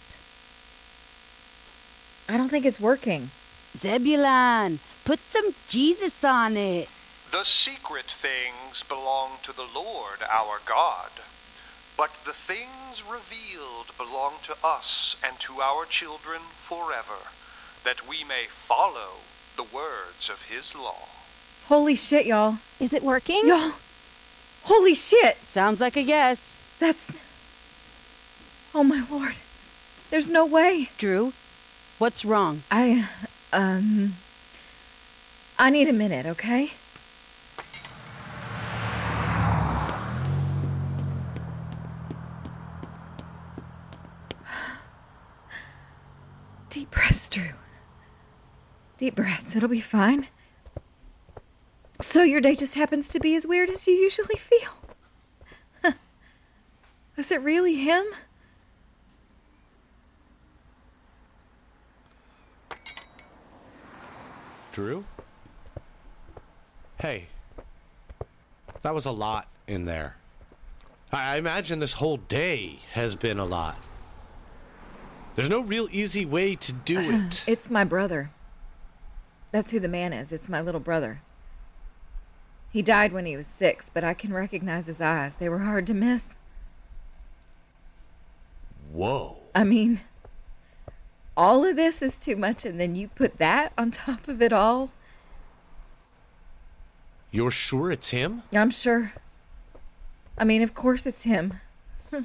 Speaker 11: I don't think it's working.
Speaker 19: Zebulon, put some Jesus on it.
Speaker 12: The secret things belong to the Lord our God, but the things revealed belong to us and to our children forever, that we may follow the words of his law.
Speaker 11: Holy shit, y'all.
Speaker 3: Is it working?
Speaker 11: Y'all. Holy shit.
Speaker 19: Sounds like a yes.
Speaker 11: That's. Oh my lord. There's no way.
Speaker 19: Drew, what's wrong?
Speaker 11: I. Um. I need a minute, okay? <sighs> Deep breaths, Drew. Deep breaths. It'll be fine. So your day just happens to be as weird as you usually feel. <laughs> Huh. Was it really him?
Speaker 8: Drew? Hey, that was a lot in there. I I imagine this whole day has been a lot. There's no real easy way to
Speaker 11: <sighs>
Speaker 8: do it.
Speaker 11: It's my brother. That's who the man is. It's my little brother. He died when he was six, but I can recognize his eyes. They were hard to miss.
Speaker 8: Whoa.
Speaker 11: I mean, all of this is too much, and then you put that on top of it all.
Speaker 8: You're sure it's him?
Speaker 11: I'm sure. I mean, of course it's him. <laughs>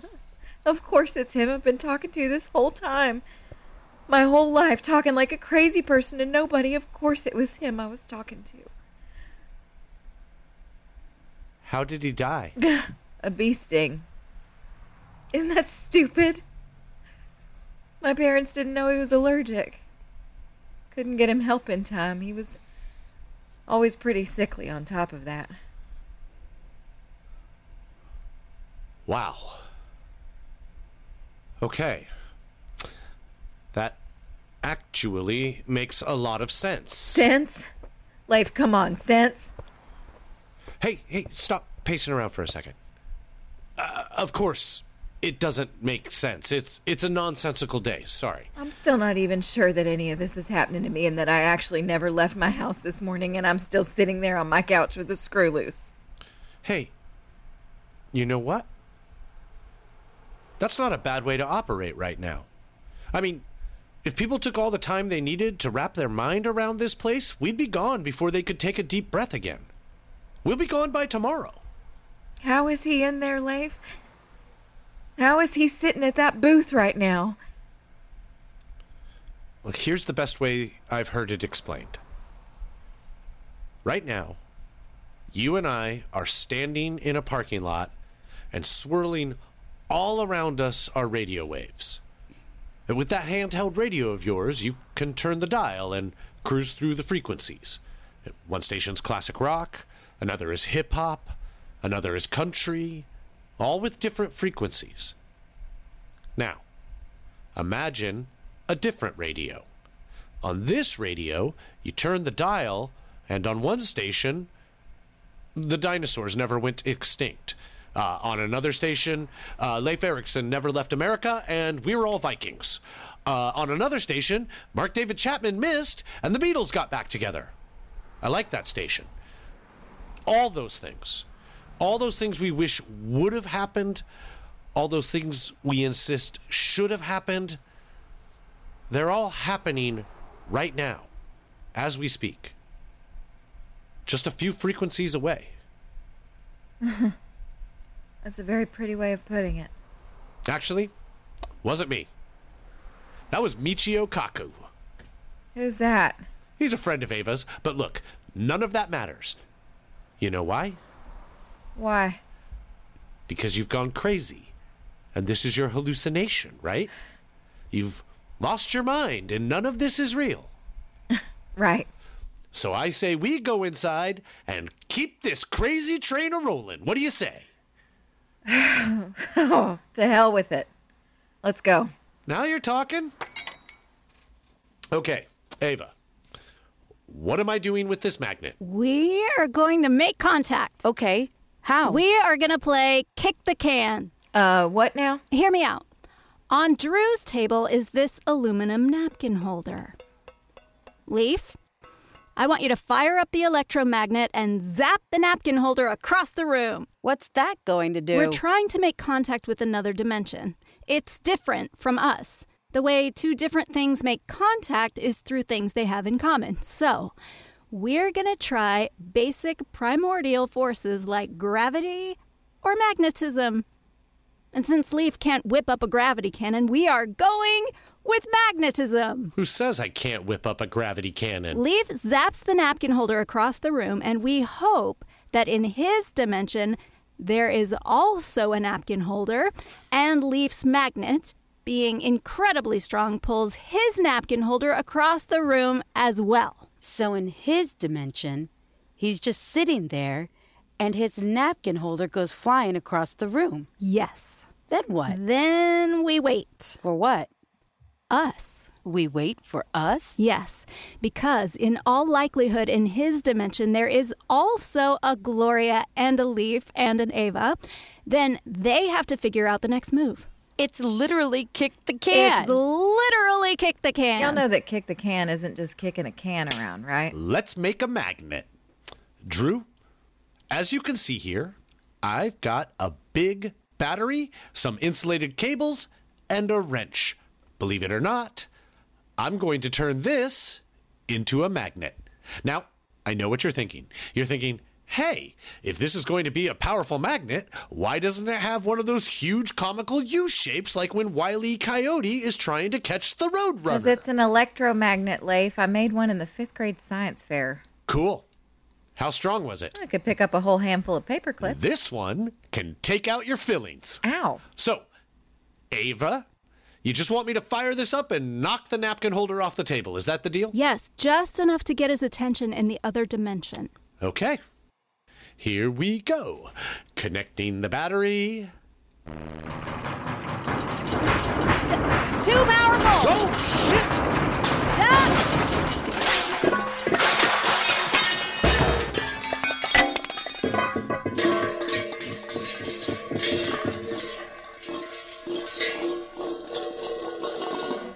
Speaker 11: of course it's him I've been talking to this whole time. My whole life, talking like a crazy person to nobody. Of course it was him I was talking to.
Speaker 8: How did he die?
Speaker 11: <laughs> a bee sting. Isn't that stupid? My parents didn't know he was allergic. Couldn't get him help in time. He was always pretty sickly on top of that.
Speaker 8: Wow. Okay. That actually makes a lot of sense.
Speaker 11: Sense? Life, come on, sense?
Speaker 8: Hey, hey, stop pacing around for a second. Uh, of course, it doesn't make sense. It's it's a nonsensical day. Sorry.
Speaker 11: I'm still not even sure that any of this is happening to me and that I actually never left my house this morning and I'm still sitting there on my couch with a screw loose.
Speaker 8: Hey, you know what? That's not a bad way to operate right now. I mean, if people took all the time they needed to wrap their mind around this place, we'd be gone before they could take a deep breath again. We'll be gone by tomorrow.
Speaker 11: How is he in there, Leif? How is he sitting at that booth right now?
Speaker 8: Well, here's the best way I've heard it explained. Right now, you and I are standing in a parking lot, and swirling all around us are radio waves. And with that handheld radio of yours, you can turn the dial and cruise through the frequencies. One station's classic rock, another is hip hop, another is country, all with different frequencies. Now, imagine a different radio. On this radio, you turn the dial, and on one station, the dinosaurs never went extinct. Uh, on another station, uh, Leif Erikson never left America, and we were all Vikings. Uh, on another station, Mark David Chapman missed, and the Beatles got back together. I like that station. All those things. All those things we wish would have happened. All those things we insist should have happened. They're all happening right now, as we speak. Just a few frequencies away.
Speaker 11: <laughs> That's a very pretty way of
Speaker 19: <laughs>
Speaker 11: putting it.
Speaker 8: Actually, wasn't me. That was Michio Kaku.
Speaker 11: Who's that?
Speaker 8: He's a friend of Ava's, but look, none of that matters. You know why?
Speaker 11: Why?
Speaker 8: Because you've gone crazy. And this is your hallucination, right? You've lost your mind, and none of this is real.
Speaker 11: <laughs> Right.
Speaker 8: So I say we go inside and keep this crazy train a rolling. What do you say?
Speaker 11: oh, to hell with it. Let's go.
Speaker 8: Now you're talking. Okay, Ava, what am I doing with this magnet?
Speaker 3: We are going to make contact.
Speaker 19: Okay. How?
Speaker 3: We are going to play kick the can.
Speaker 11: Uh, what now?
Speaker 3: Hear me out. On Drew's table is this aluminum napkin holder. Leaf, I want you to fire up the electromagnet and zap the napkin holder across the room.
Speaker 19: What's that going to do?
Speaker 3: We're trying to make contact with another dimension. It's different from us. The way two different things make contact is through things they have in common. So, we're going to try basic primordial forces like gravity or magnetism. And since Leaf can't whip up a gravity cannon, we are going with magnetism.
Speaker 8: Who says I can't whip up a gravity cannon?
Speaker 3: Leaf zaps the napkin holder across the room, and we hope that in his dimension, there is also a napkin holder, and Leaf's magnet, being incredibly strong, pulls his napkin holder across the room as well.
Speaker 19: So, in his dimension, he's just sitting there and his napkin holder goes flying across the room.
Speaker 3: Yes.
Speaker 19: Then what?
Speaker 3: Then we wait.
Speaker 19: For what?
Speaker 3: Us.
Speaker 19: We wait for us?
Speaker 3: Yes, because in all likelihood, in his dimension, there is also a Gloria and a Leaf and an Ava. Then they have to figure out the next move.
Speaker 19: It's literally kick the can.
Speaker 3: It's literally kick the can.
Speaker 11: Y'all know that kick the can isn't just kicking a can around, right?
Speaker 8: Let's make a magnet. Drew, as you can see here, I've got a big battery, some insulated cables, and a wrench. Believe it or not, I'm going to turn this into a magnet. Now, I know what you're thinking. You're thinking, hey, if this is going to be a powerful magnet, why doesn't it have one of those huge comical U shapes like when Wile E. Coyote is trying to catch the
Speaker 11: Because
Speaker 8: roadrunner?
Speaker 11: it's an electromagnet, Leif. I made one in the fifth grade science fair.
Speaker 8: cool. How strong was it?
Speaker 11: I could pick up a whole handful of paper clips.
Speaker 8: This one can take out your fillings.
Speaker 11: Ow.
Speaker 8: So, Ava, you just want me to fire this up and knock the napkin holder off the table. Is that the deal?
Speaker 3: Yes, just enough to get his attention in the other dimension.
Speaker 8: Okay. Here we go. Connecting the battery.
Speaker 3: Too powerful!
Speaker 8: Oh,
Speaker 3: Duck!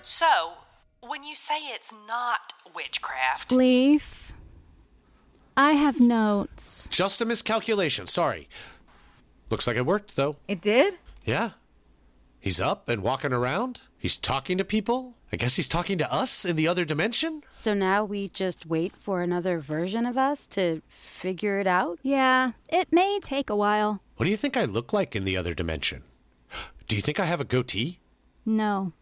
Speaker 13: So, when you say it's not witchcraft,
Speaker 3: Leaf, I have notes.
Speaker 8: shit! Just a miscalculation. Sorry. Looks like it worked, though.
Speaker 11: It did?
Speaker 8: Yeah. He's up and walking around. He's talking to people. I guess he's talking to us in the other dimension.
Speaker 19: So now we just wait for another version of us to figure it out?
Speaker 3: Yeah, it may take a while.
Speaker 8: What do you think I look like in the other dimension? Do you think I have a goatee?
Speaker 3: No.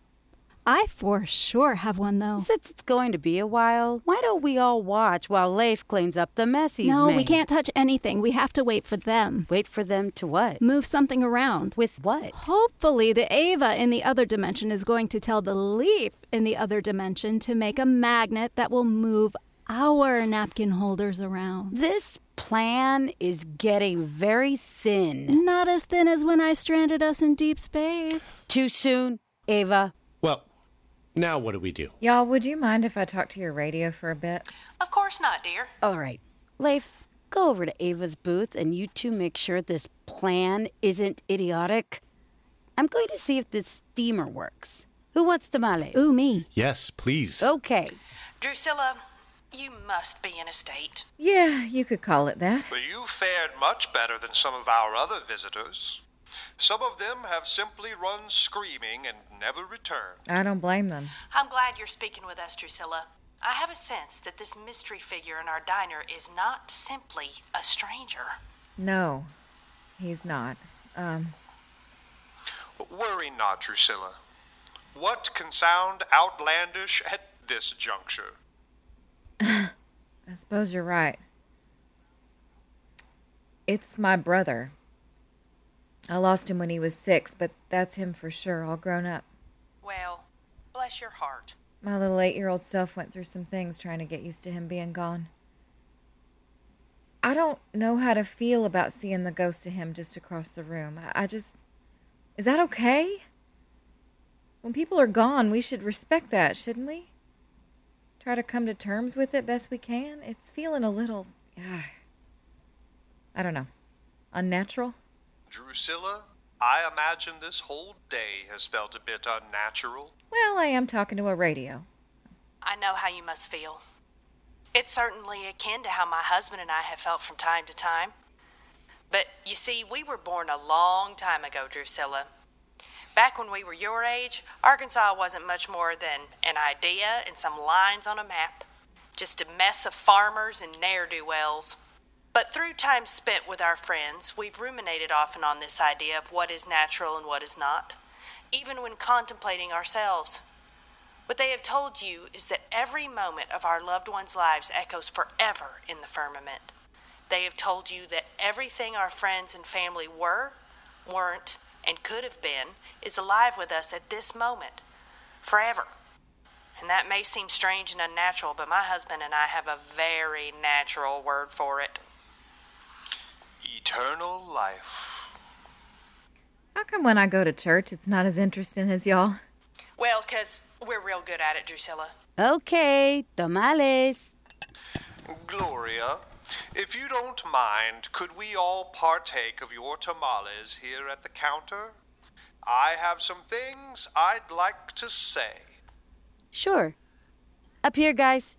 Speaker 3: I for sure have one, though.
Speaker 19: Since it's going to be a while, why don't we all watch while Leif cleans up the mess he's
Speaker 3: No, we
Speaker 19: made?
Speaker 3: can't touch anything. We have to wait for them.
Speaker 19: Wait for them to what?
Speaker 3: Move something around.
Speaker 19: With what?
Speaker 3: Hopefully, the Ava in the other dimension is going to tell the leaf in the other dimension to make a magnet that will move our napkin holders around.
Speaker 19: This plan is getting very thin.
Speaker 3: Not as thin as when I stranded us in deep space.
Speaker 19: Too soon, Ava.
Speaker 8: Well, now what do we do?
Speaker 11: Y'all, would you mind if I talk to your radio for a bit?
Speaker 13: of course not, dear.
Speaker 19: All right. Leif, go over to Ava's booth and you two make sure this plan isn't idiotic. I'm going to see if this steamer works. Who wants tamales?
Speaker 3: Ooh, me.
Speaker 8: Yes, please.
Speaker 19: Okay.
Speaker 13: Drusilla, you must be in a state.
Speaker 11: Yeah, you could call it that.
Speaker 12: But you fared much better than some of our other visitors. Some of them have simply run screaming and never returned.
Speaker 11: I don't blame them.
Speaker 13: I'm glad you're speaking with us, Drusilla. I have a sense that this mystery figure in our diner is not simply a stranger.
Speaker 11: No, he's not. Um,
Speaker 12: Worry not, Drusilla. What can sound outlandish at this juncture?
Speaker 11: <laughs> I suppose you're right. It's my brother. I lost him when he was six, but that's him for sure, all grown up.
Speaker 13: Well, bless your heart.
Speaker 11: My little eight year old self went through some things trying to get used to him being gone. I don't know how to feel about seeing the ghost of him just across the room. I, I just. Is that okay? When people are gone, we should respect that, shouldn't we? Try to come to terms with it best we can. It's feeling a little. ah, I don't know. Unnatural?
Speaker 12: Drusilla, I imagine this whole day has felt a bit unnatural.
Speaker 11: Well, I am talking to a radio.
Speaker 13: I know how you must feel. It's certainly akin to how my husband and I have felt from time to time. But you see, we were born a long time ago, Drusilla. Back when we were your age, Arkansas wasn't much more than an idea and some lines on a map, just a mess of farmers and ne'er do wells. But through time spent with our friends, we've ruminated often on this idea of what is natural and what is not, even when contemplating ourselves. What they have told you is that every moment of our loved ones' lives echoes forever in the firmament. They have told you that everything our friends and family were, weren't, and could have been is alive with us at this moment, forever. And that may seem strange and unnatural, but my husband and I have a very natural word for it.
Speaker 12: Eternal life.
Speaker 11: How come when I go to church, it's not as interesting as y'all?
Speaker 13: Well, 'cause we're real good at it, Drusilla.
Speaker 19: Okay, tamales.
Speaker 12: Gloria, if you don't mind, could we all partake of your tamales here at the counter? I have some things I'd like to say.
Speaker 19: Sure. Up here, guys.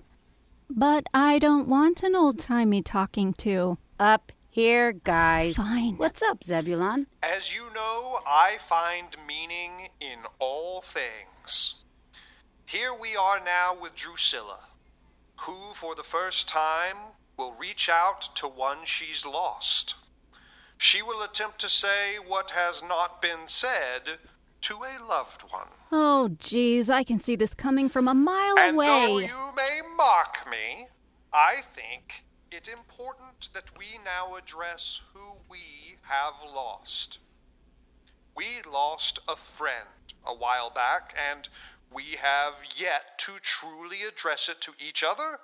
Speaker 3: But I don't want an old timey talking to.
Speaker 19: Up here, guys.
Speaker 3: Fine.
Speaker 19: What's up, Zebulon?
Speaker 12: As you know, I find meaning in all things. Here we are now with Drusilla, who for the first time will reach out to one she's lost. She will attempt to say what has not been said to a loved one.
Speaker 3: Oh, geez, I can see this coming from a mile
Speaker 12: and though
Speaker 3: away.
Speaker 12: you may mock me, I think it important that we now address who we have lost. We lost a friend a while back, and we have yet to truly address it to each other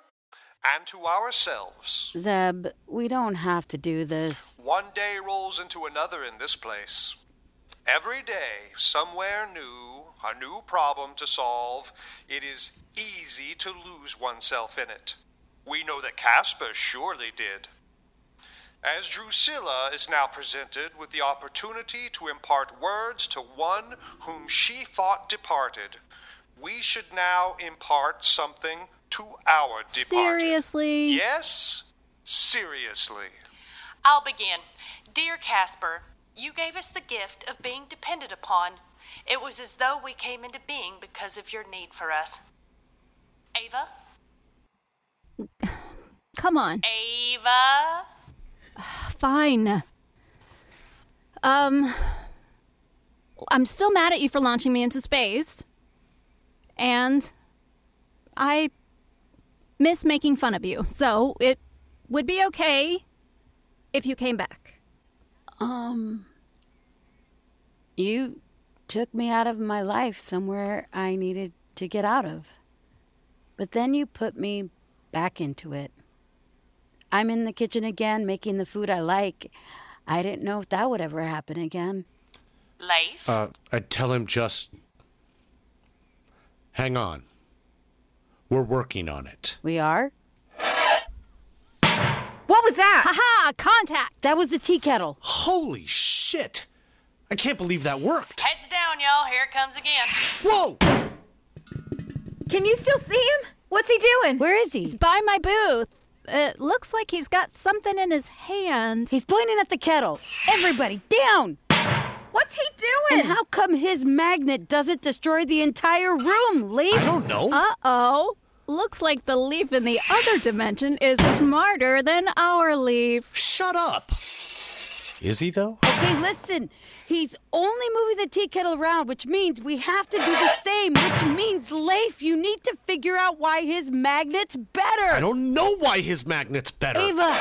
Speaker 12: and to ourselves.
Speaker 19: Zeb, we don't have to do this.
Speaker 12: One day rolls into another in this place. Every day, somewhere new, a new problem to solve. It is easy to lose oneself in it. We know that Casper surely did. As Drusilla is now presented with the opportunity to impart words to one whom she thought departed, we should now impart something to our departed.
Speaker 3: Seriously?
Speaker 12: Yes, seriously.
Speaker 13: I'll begin. Dear Casper, you gave us the gift of being depended upon. It was as though we came into being because of your need for us. Ava?
Speaker 3: Come on.
Speaker 13: Ava?
Speaker 3: Fine. Um, I'm still mad at you for launching me into space. And I miss making fun of you. So it would be okay if you came back.
Speaker 19: Um, you took me out of my life somewhere I needed to get out of. But then you put me back into it. I'm in the kitchen again making the food I like. I didn't know if that would ever happen again.
Speaker 13: Leif?
Speaker 8: Uh, I'd tell him just hang on. We're working on it.
Speaker 19: We are?
Speaker 11: What was that?
Speaker 3: Haha, contact!
Speaker 19: That was the tea kettle.
Speaker 8: Holy shit! I can't believe that worked.
Speaker 13: Heads down, y'all. Here it comes again.
Speaker 8: Whoa!
Speaker 11: Can you still see him? What's he doing?
Speaker 15: Where is he? He's
Speaker 3: by my booth. It looks like he's got something in his hand.
Speaker 15: He's pointing at the kettle. Everybody, down!
Speaker 11: What's he doing?
Speaker 15: And how come his magnet doesn't destroy the entire room, Leaf? I
Speaker 8: don't know.
Speaker 3: Uh oh. Looks like the leaf in the other dimension is smarter than our leaf.
Speaker 8: Shut up. Is he, though?
Speaker 15: Okay, listen. He's only moving the tea kettle around, which means we have to do the same, which means, Leif, you need to figure out why his magnet's better.
Speaker 8: I don't know why his magnet's better.
Speaker 15: Ava,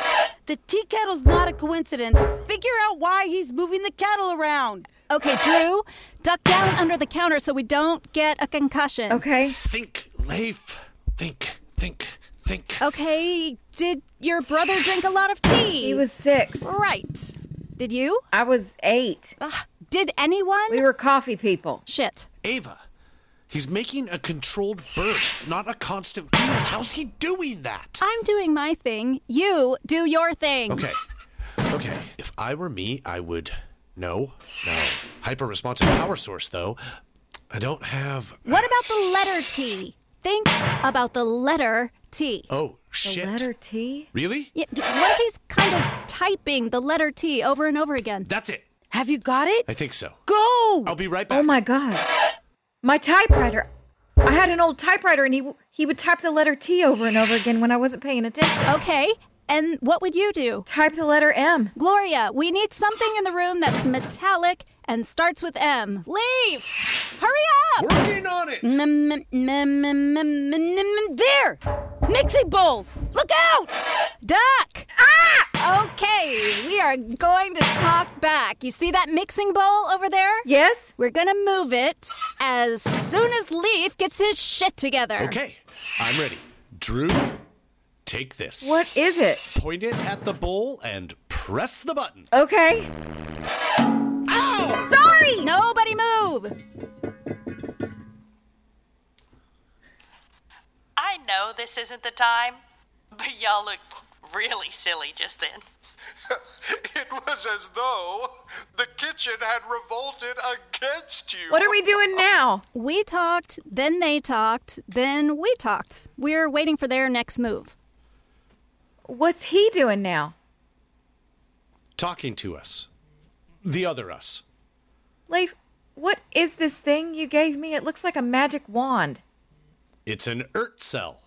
Speaker 15: the tea kettle's not a coincidence. Figure out why he's moving the kettle around.
Speaker 3: Okay, Drew, duck down under the counter so we don't get a concussion.
Speaker 11: Okay.
Speaker 8: Think, Leif. Think, think, think.
Speaker 3: Okay, did your brother drink a lot of tea?
Speaker 11: He was six.
Speaker 3: Right. Did you?
Speaker 11: I was eight.
Speaker 3: Ugh, did anyone?
Speaker 11: We were coffee people.
Speaker 3: Shit.
Speaker 8: Ava, he's making a controlled burst, not a constant field. How's he doing that?
Speaker 3: I'm doing my thing. You do your thing.
Speaker 8: Okay. Okay. If I were me, I would. No, no. Hyper responsive power source, though. I don't have.
Speaker 3: What about the letter T? Think about the letter T.
Speaker 8: Oh,
Speaker 11: The
Speaker 8: shit.
Speaker 11: letter T?
Speaker 8: Really?
Speaker 3: Yeah, what if he's kind of typing the letter T over and over again?
Speaker 8: That's it.
Speaker 15: Have you got it?
Speaker 8: I think so.
Speaker 15: Go!
Speaker 8: I'll be right back.
Speaker 11: Oh my god. My typewriter. I had an old typewriter and he w- he would type the letter T over and over again when I wasn't paying attention.
Speaker 3: Okay, and what would you do?
Speaker 11: Type the letter M.
Speaker 3: Gloria, we need something in the room that's metallic and starts with M. Leave! Hurry up! Mm,
Speaker 8: Working on it.
Speaker 15: There! Mixing bowl! Look out!
Speaker 3: Duck! Ah! Okay, we are going to talk back. You see that mixing bowl over there?
Speaker 11: Yes?
Speaker 3: We're gonna move it as soon as Leaf gets his shit together.
Speaker 8: Okay, I'm ready. Drew, take this.
Speaker 11: What is it?
Speaker 8: Point it at the bowl and press the button.
Speaker 11: Okay.
Speaker 3: Sorry! Oh! Nobody move!
Speaker 13: I know this isn't the time, but y'all look really silly just then.
Speaker 12: It was as though the kitchen had revolted against you.
Speaker 11: What are we doing now?
Speaker 3: We talked, then they talked, then we talked. We're waiting for their next move.
Speaker 11: What's he doing now?
Speaker 8: Talking to us. The other us.
Speaker 11: Leif, what is this thing you gave me? It looks like a magic wand.
Speaker 8: It's an ERT cell.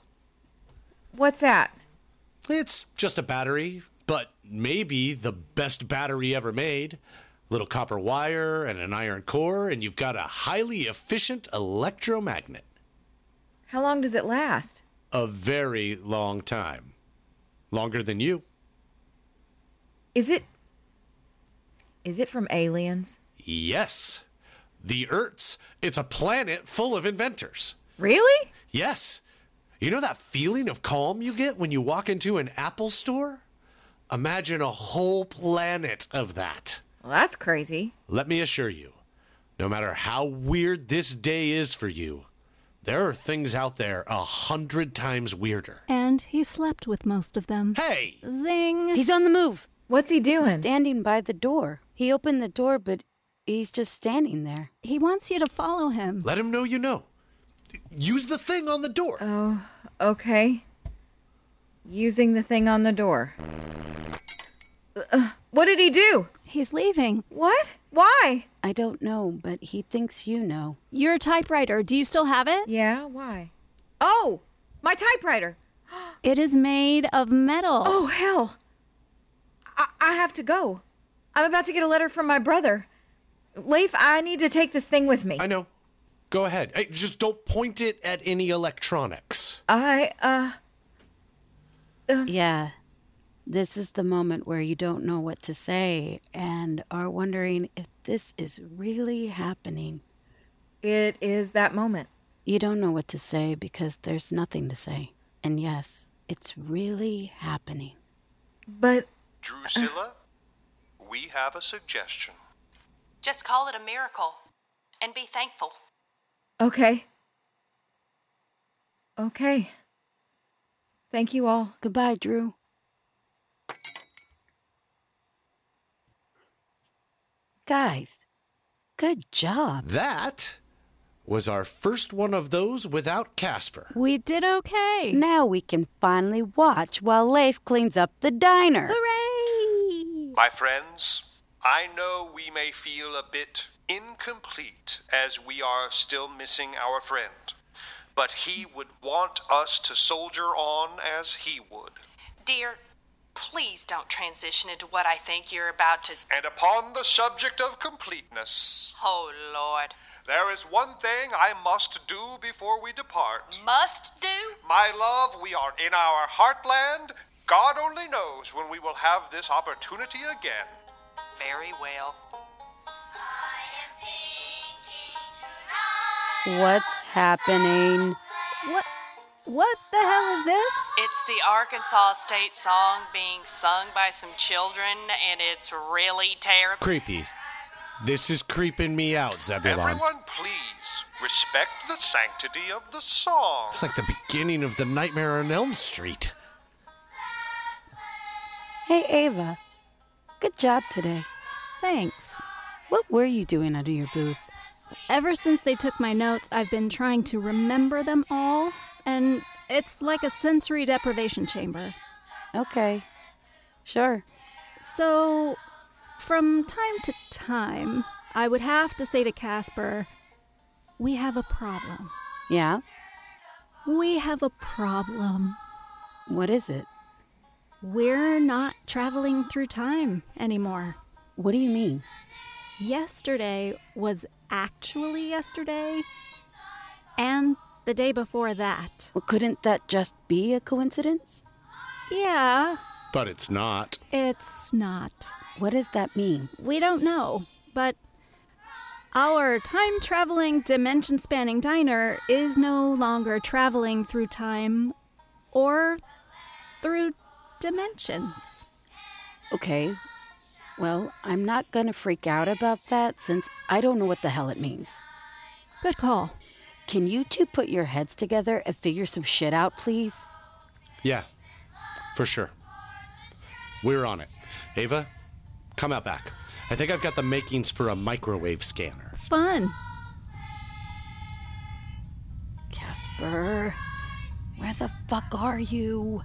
Speaker 11: What's that?
Speaker 8: It's just a battery, but maybe the best battery ever made. Little copper wire and an iron core, and you've got a highly efficient electromagnet.
Speaker 11: How long does it last?
Speaker 8: A very long time. Longer than you.
Speaker 11: Is it Is it from aliens?
Speaker 8: Yes. The Earth's. It's a planet full of inventors.
Speaker 11: Really?
Speaker 8: Yes. You know that feeling of calm you get when you walk into an Apple store? Imagine a whole planet of that.
Speaker 11: Well, that's crazy.
Speaker 8: Let me assure you, no matter how weird this day is for you, there are things out there a hundred times weirder.
Speaker 3: And he slept with most of them.
Speaker 8: Hey!
Speaker 3: Zing!
Speaker 15: He's on the move.
Speaker 11: What's he doing?
Speaker 15: Standing by the door. He opened the door, but he's just standing there.
Speaker 3: He wants you to follow him.
Speaker 8: Let him know you know. Use the thing on the door.
Speaker 11: Oh, okay. Using the thing on the door. Uh, what did he do?
Speaker 3: He's leaving.
Speaker 11: What? Why?
Speaker 15: I don't know, but he thinks you know.
Speaker 3: Your typewriter, do you still have it?
Speaker 11: Yeah, why? Oh, my typewriter. <gasps>
Speaker 3: It is made of metal.
Speaker 11: Oh, hell. I, I have to go. I'm about to get a letter from my brother. Leif, I need to take this thing with me.
Speaker 8: I know. Go ahead. Hey, just don't point it at any electronics.
Speaker 11: I, uh, um,
Speaker 15: Yeah. This is the moment where you don't know what to say and are wondering if this is really happening.
Speaker 11: it is that moment.
Speaker 15: You don't know what to say because there's nothing to say. And yes, it's really happening.
Speaker 11: But
Speaker 12: Drusilla, we have a suggestion.
Speaker 13: Just call it a miracle and be thankful.
Speaker 11: Okay. Okay. Thank you all.
Speaker 15: Goodbye, Drew. Guys, Good job.
Speaker 8: That was our first one of those without Casper.
Speaker 3: We did okay.
Speaker 15: Now we can finally watch while Leif cleans up the diner.
Speaker 3: Hooray!
Speaker 12: My friends, I know we may feel a bit incomplete as we are still missing our friend, but he would want us to soldier on as he would.
Speaker 13: Dear, please don't transition into what I think you're about to.
Speaker 12: And upon the subject of completeness,
Speaker 13: Oh, Lord.
Speaker 12: there is one thing I must do before we depart.
Speaker 13: Must do?
Speaker 12: My love, we are in our heartland. God only knows when we will have this opportunity again.
Speaker 13: Very well.
Speaker 15: What's happening?
Speaker 3: What what the hell is this?
Speaker 13: It's the Arkansas State song being sung by some children, and it's really terrible.
Speaker 8: Creepy. This is creeping me out, Zebulon.
Speaker 12: Everyone, please respect the sanctity of the song.
Speaker 8: It's like the beginning of the Nightmare on Elm Street.
Speaker 15: Hey, Ava. Good job today.
Speaker 3: Thanks.
Speaker 15: What were you doing under your booth?
Speaker 3: Ever since they took my notes, I've been trying to remember them all, and it's like a sensory deprivation chamber.
Speaker 15: Okay. Sure.
Speaker 3: So, from time to time, I would have to say to Casper, We have a problem.
Speaker 15: Yeah?
Speaker 3: We have a problem.
Speaker 15: What is it?
Speaker 3: We're not traveling through time anymore.
Speaker 15: What do you mean?
Speaker 3: Yesterday was actually yesterday, and the day before that.
Speaker 15: Well, couldn't that just be a coincidence?
Speaker 3: Yeah,
Speaker 8: But it's not.
Speaker 3: it's not.
Speaker 15: What does that mean?
Speaker 3: We don't know, but our time traveling, dimension spanning diner is no longer traveling through time or through dimensions.
Speaker 15: Okay. Well, I'm not going to freak out about that since I don't know what the hell it means.
Speaker 3: Good call.
Speaker 15: Can you two put your heads together and figure some shit out, please?
Speaker 8: Yeah, for sure. We're on it. Ava, come out back. I think I've got the makings for a microwave scanner.
Speaker 3: Fun.
Speaker 15: Casper, where the fuck are you?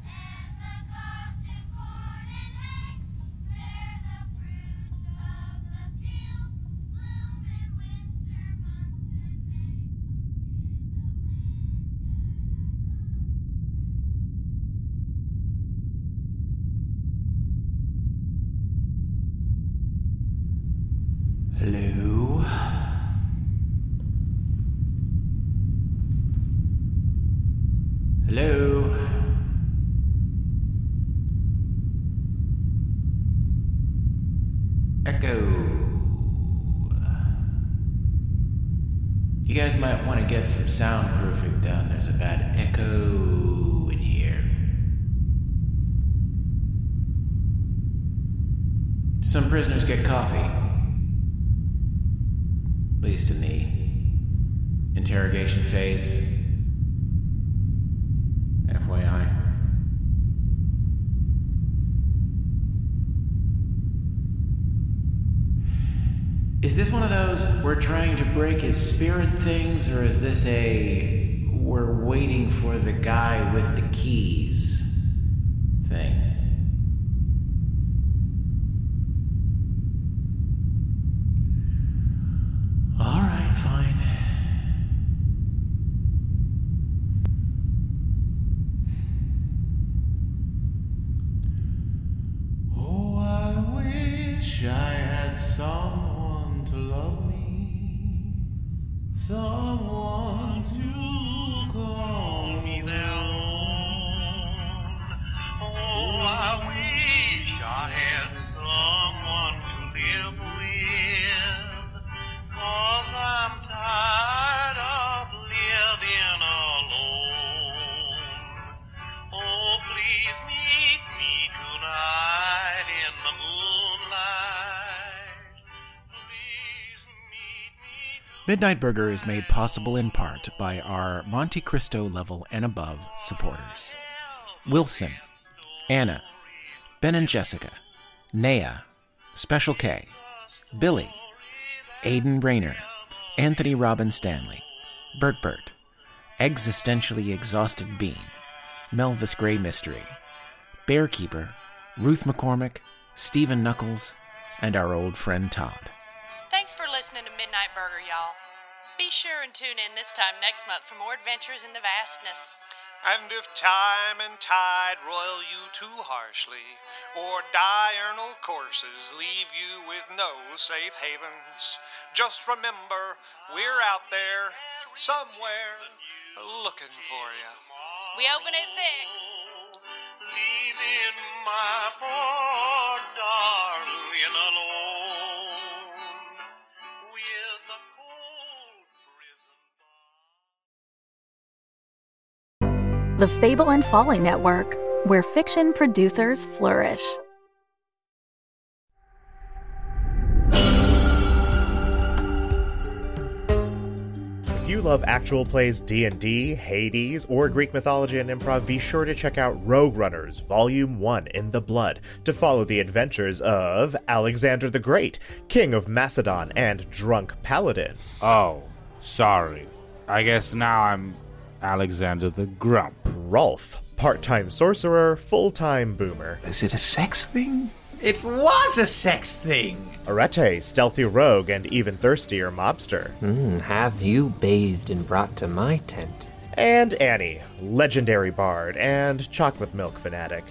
Speaker 2: Hello? Hello? Echo. You guys might want to get some soundproofing done. There's a bad echo in here. Some prisoners get coffee. At least in the interrogation phase. FYI.
Speaker 1: Is this one of those we're trying to break his spirit things, or is this a we're waiting for the guy with the keys thing? All right, fine. Oh, I wish I had someone to love me, someone to call me their own.
Speaker 7: Oh, I wish I had someone to live with. Cause I'm tired of living alone. Oh, please meet me tonight in the moonlight.
Speaker 1: Midnight Burger is made possible in part by our Monte Cristo level and above supporters Wilson, Anna, Ben and Jessica, Naya, Special K, Billy, Aidan Rayner, Anthony Robin Stanley, Bert Burt, Existentially Exhausted Bean, Melvis Gray Mystery, Bearkeeper, Ruth McCormick, Stephen Knuckles, and our old friend Todd.
Speaker 13: Thanks for listening to Midnight Burger, y'all. Be sure and tune in this time next month for more adventures in the vastness.
Speaker 12: And if time and tide roil you too harshly, or diurnal courses leave you with no safe havens, just remember we're out there somewhere looking for you.
Speaker 13: We open at 6.
Speaker 7: leaving my poor darling alone with the
Speaker 20: The Fable and Folly Network, where fiction producers flourish.
Speaker 21: If you love actual plays D&D, Hades, or Greek mythology and improv, be sure to check out Rogue Runners Volume 1 in the Blood to follow the adventures of Alexander the Great, King of Macedon and Drunk Paladin.
Speaker 22: Oh, sorry. I guess now I'm Alexander the Grump.
Speaker 21: Rolf, part-time sorcerer, full-time boomer.
Speaker 1: Is it a sex thing?
Speaker 23: It was a sex thing.
Speaker 21: Arete, stealthy rogue and even thirstier mobster.
Speaker 24: Hmm, have you bathed and brought to my tent?
Speaker 21: And Annie, legendary bard and chocolate milk fanatic.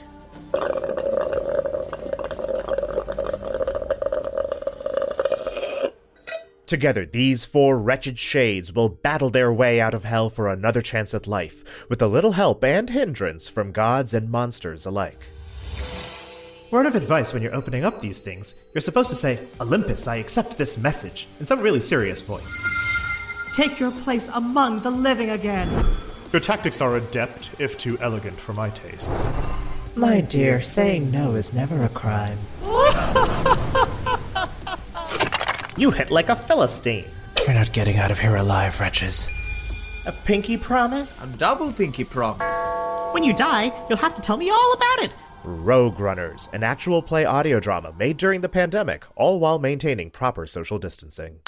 Speaker 21: Together, these four wretched shades will battle their way out of hell for another chance at life, with a little help and hindrance from gods and monsters alike.
Speaker 25: Word of advice when you're opening up these things, you're supposed to say, Olympus, I accept this message, in some really serious voice.
Speaker 26: Take your place among the living again.
Speaker 25: Your tactics are adept, if too elegant for my tastes.
Speaker 27: My dear, saying no is never a crime.
Speaker 25: You hit like a Philistine.
Speaker 27: You're not getting out of here alive, wretches.
Speaker 25: A pinky promise?
Speaker 27: I'm double pinky promise.
Speaker 25: When you die, you'll have to tell me all about it.
Speaker 21: Rogue Runners, an actual play audio drama made during the pandemic, all while maintaining proper social distancing.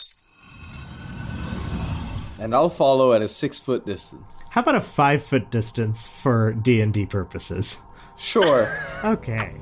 Speaker 28: and I'll follow at a six foot distance.
Speaker 25: How about a five foot distance for D and D purposes?
Speaker 28: Sure.
Speaker 25: Okay.